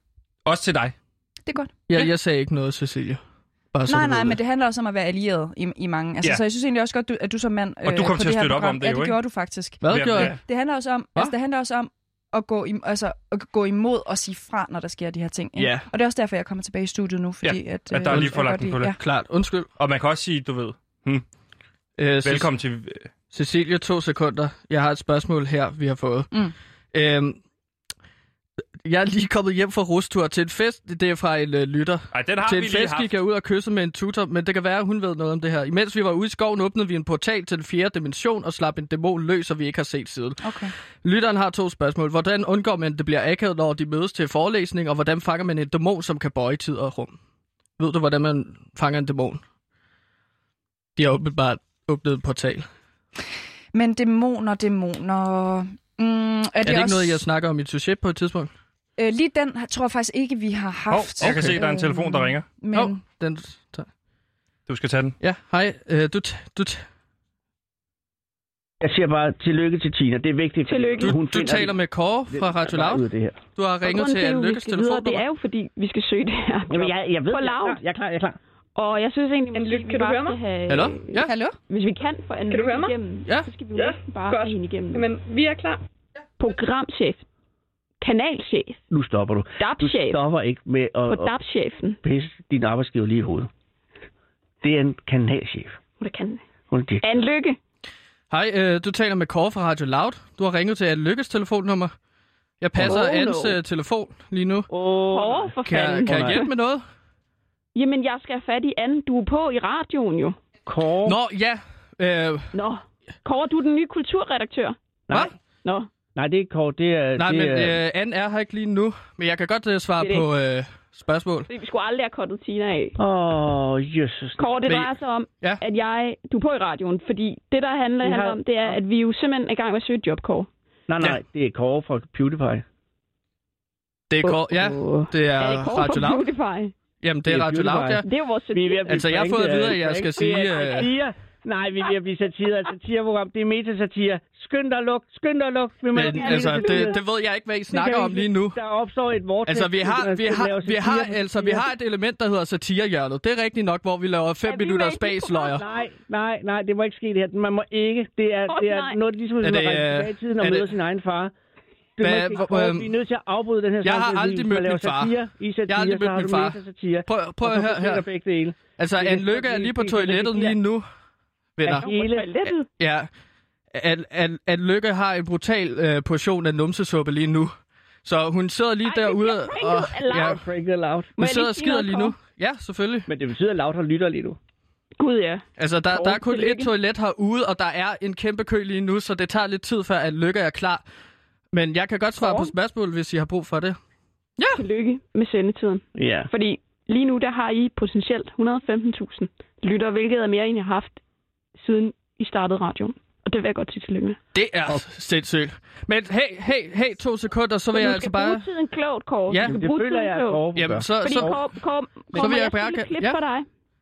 A: Også til dig.
C: Det er godt.
B: Ja, jeg sagde ikke noget, Cecilie. Bare så
C: nej,
B: du ved
C: nej,
B: det.
C: men det handler også om at være allieret i, i mange. Altså,
A: Ja.
C: ja. Så jeg synes egentlig også godt, du, at du som mand... øh,
A: Og du kom
C: på
A: til at
C: det her
A: støtte op
C: program-
A: om det
C: ja,
A: jo,
C: det
A: ikke?
C: gjorde du faktisk.
B: Hvad
A: Ja,
B: gjorde
A: ja.
B: jeg?
C: Det handler også om, altså, det handler også om at gå, im, altså, at gå imod og sige fra, når der sker de her ting. ikke?
B: Ja.
C: Og det er også derfor, jeg kommer tilbage i studiet nu, fordi ja. at...
A: at der er
C: øh,
A: lige
C: jeg
A: forlagt
C: godt
A: den
C: lide-
A: på det.
C: Ja.
B: Klart. Undskyld.
A: Og man kan også sige, du ved,
B: Øh,
A: velkommen til... Øh,
B: Ce- Cecilie, to sekunder. Jeg har et spørgsmål her, vi har fået.
C: Mm.
B: Øhm, jeg er lige kommet hjem fra rustur til en fest. Det er fra en øh, lytter.
A: ej, den har
B: til
A: vi
B: en
A: lige
B: fest gik
A: haft.
B: jeg ud og kysse med en tutor, men det kan være, at hun ved noget om det her. Imens vi var ude i skoven, åbnede vi en portal til den fjerde dimension og slap en dæmon løs, som vi ikke har set siden.
C: Okay.
B: Lytteren har to spørgsmål. Hvordan undgår man, at det bliver akavet, når de mødes til forelæsning, og hvordan fanger man en dæmon, som kan bøje tid og rum? Ved du, hvordan man fanger en dæmon? De har åbenbart åbnet en portal. Er
C: Men dæmoner, dæmoner... Mm, er, det
B: det, er det ikke
C: også...
B: noget, jeg snakker om i Touché på et tidspunkt?
C: Øh, lige den har- tror jeg faktisk ikke, vi har
A: Hov, Altså,
C: haft.
A: jeg kan se, der er en telefon, der ringer.
C: Men
B: Hov. Den...
A: Du skal tage den.
B: Ja, hej. Øh, du, t- du, t-
G: Jeg siger bare tillykke til Tina. Det er vigtigt, fordi
K: Tillykke.
B: du,
G: hun
B: du
G: finder
B: taler med Kåre fra Radio
G: vej ud
B: Loud.
G: af det her.
B: Du har ringet
K: Og grunden
B: til
K: at
B: Anne
K: vi
B: Lykkes
K: skal videre, Det
B: telefonnummer.
K: er jo fordi, vi skal søge det her.
I: Jamen, jeg, jeg ved,
K: For
I: jeg er
K: loud.
I: klar. Jeg er klar, jeg er klar.
K: Og jeg synes egentlig,
D: Anne
K: måske,
D: Lykke,
K: vi
D: kan du
K: bare
D: høre mig?
K: skal Have,
B: Hallo? Ja.
C: Hallo?
K: Hvis vi kan få Anne
D: Kan du
K: Lykke
D: høre mig?
K: igennem,
B: Ja.
K: så skal vi jo
D: Ja.
K: næsten bare
D: Godt.
K: have hende igennem.
D: Jamen, vi er klar.
K: Programchef, kanalchef,
G: Nu stopper du. Du
K: DAP-chef,
G: stopper ikke med at,
K: på
G: at
K: DAP-chefen.
G: pisse din arbejdsgiver lige i hovedet. Det er en kanalchef.
K: Hun er kan.
G: Hun er det.
K: Anne Lykke.
B: Hej, øh, du taler med Kåre fra Radio Loud. Du har ringet til Anne Lykkes telefonnummer. Jeg passer
K: Oh,
B: oh,
K: no.
B: Annes øh, telefon lige nu.
K: Åh, for
B: Kan,
K: fanden.
B: kan
G: Åh,
B: jeg
G: nej.
B: hjælpe med noget?
K: Jamen, jeg skal have fat i Anne. Du er på i radioen jo.
G: Kåre.
B: Nå, ja. Øh,
K: Nå. Kåre, du er den nye kulturredaktør.
G: Nej,
B: Hvad?
K: Nå.
G: nej, det er ikke Kåre. Det er...
B: Nej,
G: det
B: men
G: er,
B: øh, Anne er her ikke lige nu, men jeg kan godt øh, svare
K: Det er det
B: på øh, spørgsmål.
K: fordi Vi skulle aldrig have kottet Tina af.
G: Åh, Jesus.
K: Kåre, det
B: Men-
K: drejer sig om,
B: Ja.
K: ja. at jeg... Du er på i radioen, fordi det, der handler,
G: Vi
K: handler
G: har-
K: om, det er, at vi er jo simpelthen er i gang med at søge et job, Kåre.
G: Nej, nej, det er Kåre fra PewDiePie.
B: Det er Kåre, ja.
K: Åh.
B: Det er
K: Er det Kåre
B: Radio
K: fra
B: Loud.
K: Beautify?
B: Jamen, det er
G: Det er
B: Radio Loud, ja.
G: Beautify.
K: Det er jo vores
G: Vi er ved
K: satire.
G: at blive
B: Altså, jeg har
G: pranket
B: fået at
G: af
B: vide, at jeg
G: prank.
B: skal sige,
G: Det er
B: øh,
G: Tia.
L: Nej, vi er ved at blive satire. Et satireprogram, det er metasatire. Skynd dig luk, skynd dig luk. Vi
B: Men, altså, det, det ved jeg ikke, hvad I
L: Det
B: snakker
L: kan vi
B: om
L: ikke.
B: lige nu.
L: Der opstår et vortex.
B: Altså, vi har, vi
L: der
B: har,
L: laver
B: vi har,
L: satire.
B: altså, vi har et element, der hedder satirehjørnet. Det er rigtigt nok, hvor vi laver 5 minutter spaceløjer.
L: Nej, nej, nej, det må ikke ske det her. Man må ikke. Det er,
B: Åh,
L: det er
B: nej.
L: noget, ligesom
B: Er
L: hvis man
B: det, øh,
L: rejser tilbage i tiden og
B: er det-
L: møder sin egen far. Det
B: Hvad-
L: må ikke
B: hvor-
L: hvor, øh,
B: øhm,
L: vi er nødt til at afbryde den her
B: Jeg
L: samtale,
B: har aldrig
L: fordi
B: mødt
L: man laver
B: min far.
L: Satire, I satire,
B: jeg har aldrig
L: så har
B: mødt min
L: du
B: far.
L: metasatire.
B: Prøv, prøv
L: Og
B: at
L: så
B: høre
L: forsvinder begge dele.
B: her. Altså,
L: Det er
B: Anne
L: det,
B: Lykke er
L: det-
B: lige på
L: det- det- det-
B: toilettet
L: det-
B: lige nu, venner.
L: Hele...
B: Altså, Ja. At, at, at Lykke har en brutal øh, portion af numsesuppe lige nu. Så hun sidder lige derude og...
L: Ja, pranket loud.
B: Hun sidder og skider lige nu. Ja, selvfølgelig.
L: Men det betyder, at Laut har lytter lige nu.
K: Gud, ja.
B: Altså, der,
L: Kåre,
B: der er kun
L: tillykke.
B: et toilet herude, og der er en kæmpe kø lige nu, så det tager lidt tid, før at Lykke er klar. Men jeg kan godt svare på spørgsmål, hvis I har brug for det.
K: Ja. Tillykke med sendetiden.
L: Ja.
K: Fordi lige nu, der har I potentielt 115.000 lytter, hvilket er mere, end I har haft siden I startede radioen. Og det vil jeg godt sige tillykke med.
B: Det er sindssygt. Men hey, hey, hey, to sekunder, så vil jeg altså
K: Du
B: bare...
K: skal bruge tiden klogt, Kåre.
B: Ja.
K: du skal
B: Det
K: bruge
B: føler
K: tiden
B: jeg, at
K: klogt.
B: Kåre Jamen, gør. så-
K: Fordi
B: så-
K: Kåre, Kåre,
B: vil
K: Kåre, må
B: jeg
K: jeg
B: bare-
K: spille et klip
B: ja.
K: for dig.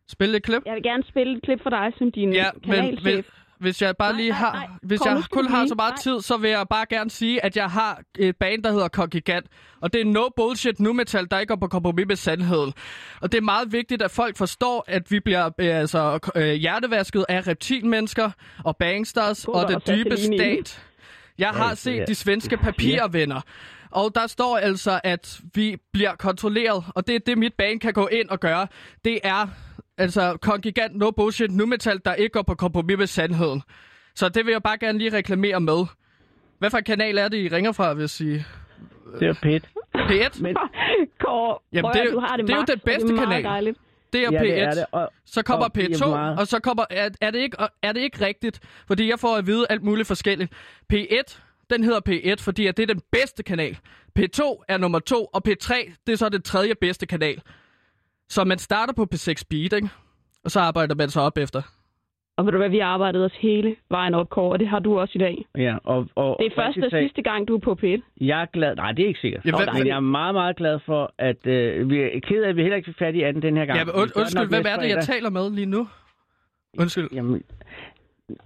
B: Spille et klip?
K: Jeg vil gerne spille et klip for dig, som din ja,
B: Men,
K: kanalchef.
B: men hvis jeg bare lige har, hvis
K: Kåre,
B: jeg
K: nu skal
B: kun
K: du
B: har
K: blive.
B: så meget tid, så vil jeg bare gerne sige, at jeg har et band, der hedder Kongigant. Og det er no bullshit nu metal, der ikke går på kompromis med sandheden. Og det er meget vigtigt, at folk forstår, at vi bliver øh, altså, øh, hjertevasket af reptilmennesker og bangsters
J: Godt,
B: og den
J: og sætte
B: dybe
J: det ind i.
B: stat. Jeg har
J: det
L: Altså,
J: er-
B: set de svenske papirer, venner. Og der står altså, at vi bliver kontrolleret, og det er det, mit band kan gå ind og gøre. Det er altså kongigant no bullshit nu metal, der ikke går på kompromis med sandheden. Så det vil jeg bare gerne lige reklamere med. Hvad for en kanal er det, I ringer fra, hvis I...
L: Det er pæt.
B: P1?
L: Men...
K: Kåre,
B: Jamen,
K: prøv
B: det,
K: at høre,
B: er jo-
K: du har det,
B: det er jo
K: magt,
B: den
K: og det er
B: bedste
K: meget
B: kanal.
K: dejligt.
B: Det er
L: Ja,
B: P1.
L: det er det, og-
B: så kommer
L: og det er
B: P2,
L: meget-
B: og så kommer... Er, er, det ikke, er det ikke rigtigt? Fordi jeg får at vide alt muligt forskelligt. P1, den hedder P1, fordi at det er den bedste kanal. P2 er nummer to, og P3, det er så den tredje bedste kanal. Så man starter på P6 Speed, ikke? Og så arbejder man så op efter.
K: Og ved du hvad, vi har arbejdet os hele vejen op, Kåre, og det har du også i dag.
L: Ja, og, og,
K: Det er første og
L: faktisk-
K: sidste gang, du er på P1.
L: Jeg er glad. Nej, det er ikke sikkert.
K: Ja,
L: Ja,
K: hvem-
L: men jeg er meget, meget glad for, at øh, vi er ked af, at vi heller ikke fik fat i anden den her gang.
B: Ja, men und, undskyld, hvem er det, jeg taler med lige nu? Undskyld.
L: Jamen,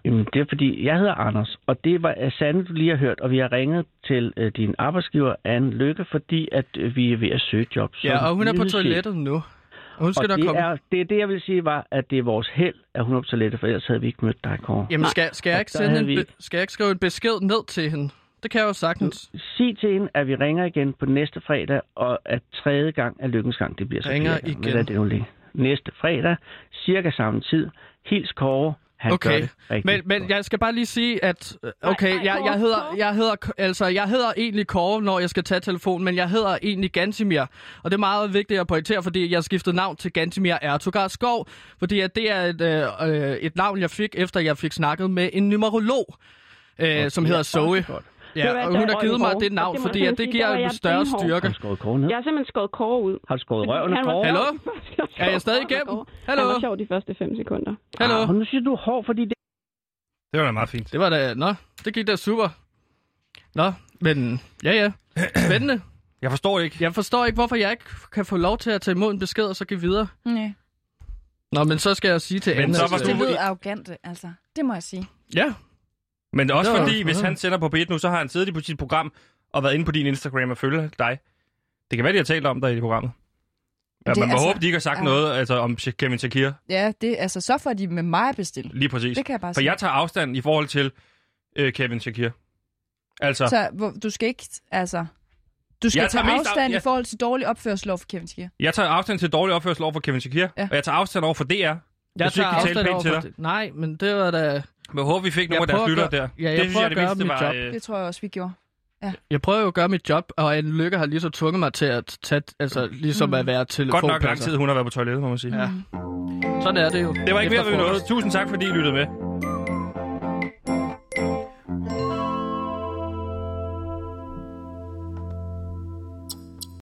L: jamen, det er fordi, jeg hedder Anders, og det var øh, Sande, du lige har hørt, og vi har ringet til øh, din arbejdsgiver, Anne Lykke, fordi at øh, vi er ved at søge job. som
B: Ja, og hun er på
L: nyhedschef.
B: toilettet nu. Og hun skal nok
L: og det
B: komme.
L: Er, det er det, jeg vil sige, var, at det er vores held, at hun er på toilettet, for ellers havde vi ikke mødt dig, Kåre.
B: Jamen, skal, skal, jeg
L: Og
B: ikke
L: der
B: sende
L: havde
B: en, be- skal jeg ikke skrive en besked ned til hende? Det kan jeg jo sagtens.
L: Sig til hende, at vi ringer igen på næste fredag, og at tredje gang er lykkens gang. Det bliver så
B: Ringer
L: flere gange, men
B: igen.
L: lad det nu ligge. Næste fredag, cirka samme tid. Hils Kåre. Han gør
B: okay,
L: det rigtig.
B: men, men jeg skal bare lige sige, at øh, okay, jeg, jeg, hedder, jeg, hedder, altså, jeg hedder egentlig Kåre, når jeg skal tage telefonen, men jeg hedder egentlig Gantimir. Og det er meget vigtigt at pointere, fordi jeg skiftede navn til Gantimir Ertugar Skov, fordi at det er et, øh, øh, et navn, jeg fik, efter jeg fik snakket med en numerolog, øh, som
L: det
B: hedder
L: er
B: Zoe.
L: faktisk godt.
K: Ved
B: Ja,
K: du hvad,
B: og
K: der
B: hun
K: er
B: har givet
K: Røgen
B: mig
K: Kåre.
B: det navn,
K: Det må
B: fordi
K: jeg
B: at
K: sige, der
B: det giver
K: var
B: en
K: jeg
B: større
K: benhård.
B: styrke.
L: Har du skåret Kåre ned?
K: Jeg har simpelthen skåret Kåre ud.
L: Har du skåret
K: Fordi
L: røven af
K: han var sjov
L: Kåre?
B: Hallo?
K: de første-
B: Er jeg stadig igennem?
K: Han var
B: Hallo?
K: sjov de første 5 sekunder.
B: Hallo?
L: Ah, nu siger du er hård, fordi det...
A: Det var da meget fint.
B: Det var da... Nå, det gik da super. Nå, men ja, ja. Spændende.
A: Jeg forstår ikke.
B: Jeg forstår ikke, hvorfor jeg ikke kan få lov til at tage imod en besked og så give videre.
C: Nej.
B: Nå, men så skal jeg sige til
A: Men
B: Anna.
A: så var
B: at-
A: du-
C: Mm, Det lyder arrogant, altså. Det må jeg sige.
B: Ja.
A: Men også
B: Det var-
A: fordi, hvis han sender på P1 nu, så har han siddet i sit program og været inde på din Instagram og følger dig. Det kan være, de har talt om dig i programmet. Ja,
C: Det er
A: man må
C: altså-
A: håbe, de ikke har sagt
C: ja.
A: noget altså, om Sh- Kevin Shakir.
C: Ja, det, altså, så får de med mig bestilt.
A: Lige præcis.
C: Det kan jeg bare
A: For
C: sige.
A: jeg tager afstand i forhold til øh, Kevin Shakir. Altså,
C: Så, hvor, du skal ikke, altså... Du skal
A: Jeg
C: tage
A: tager mest af-
C: afstand af,
A: jeg-
C: i forhold til dårlig opførsel over for Kevin Skier.
A: jeg tager afstand til dårlig opførsel over for Kevin Shakir, ja. og jeg tager afstand over for DR. Jeg,
B: Jeg
A: synes,
B: tager
A: ikke, de talte
B: afstand
A: pænt
B: over
A: til
B: for
A: dig.
B: det. Nej, men det var da...
A: Men jeg håber, vi fik nogle af
B: prøver
A: deres
B: at
A: lytter
B: gøre-
A: der.
B: Ja, jeg
A: det synes
B: prøver
A: jeg, det
B: at gøre
A: vigtigste
B: mit
A: var...
B: job.
A: Øh,
C: Det tror jeg også, vi gjorde.
B: Jeg prøver jo at gøre mit job, og en lykke har lige så tvunget mig til at tage, altså ligesom
A: Mm.
B: at være til
A: godt nok lang tid, hun har været på toilettet, må man sige.
B: Ja. Sådan er det jo.
A: Det var ikke mere,
B: Efter
A: vi nåede.
B: frokost.
A: Tusind tak, fordi I lyttede med.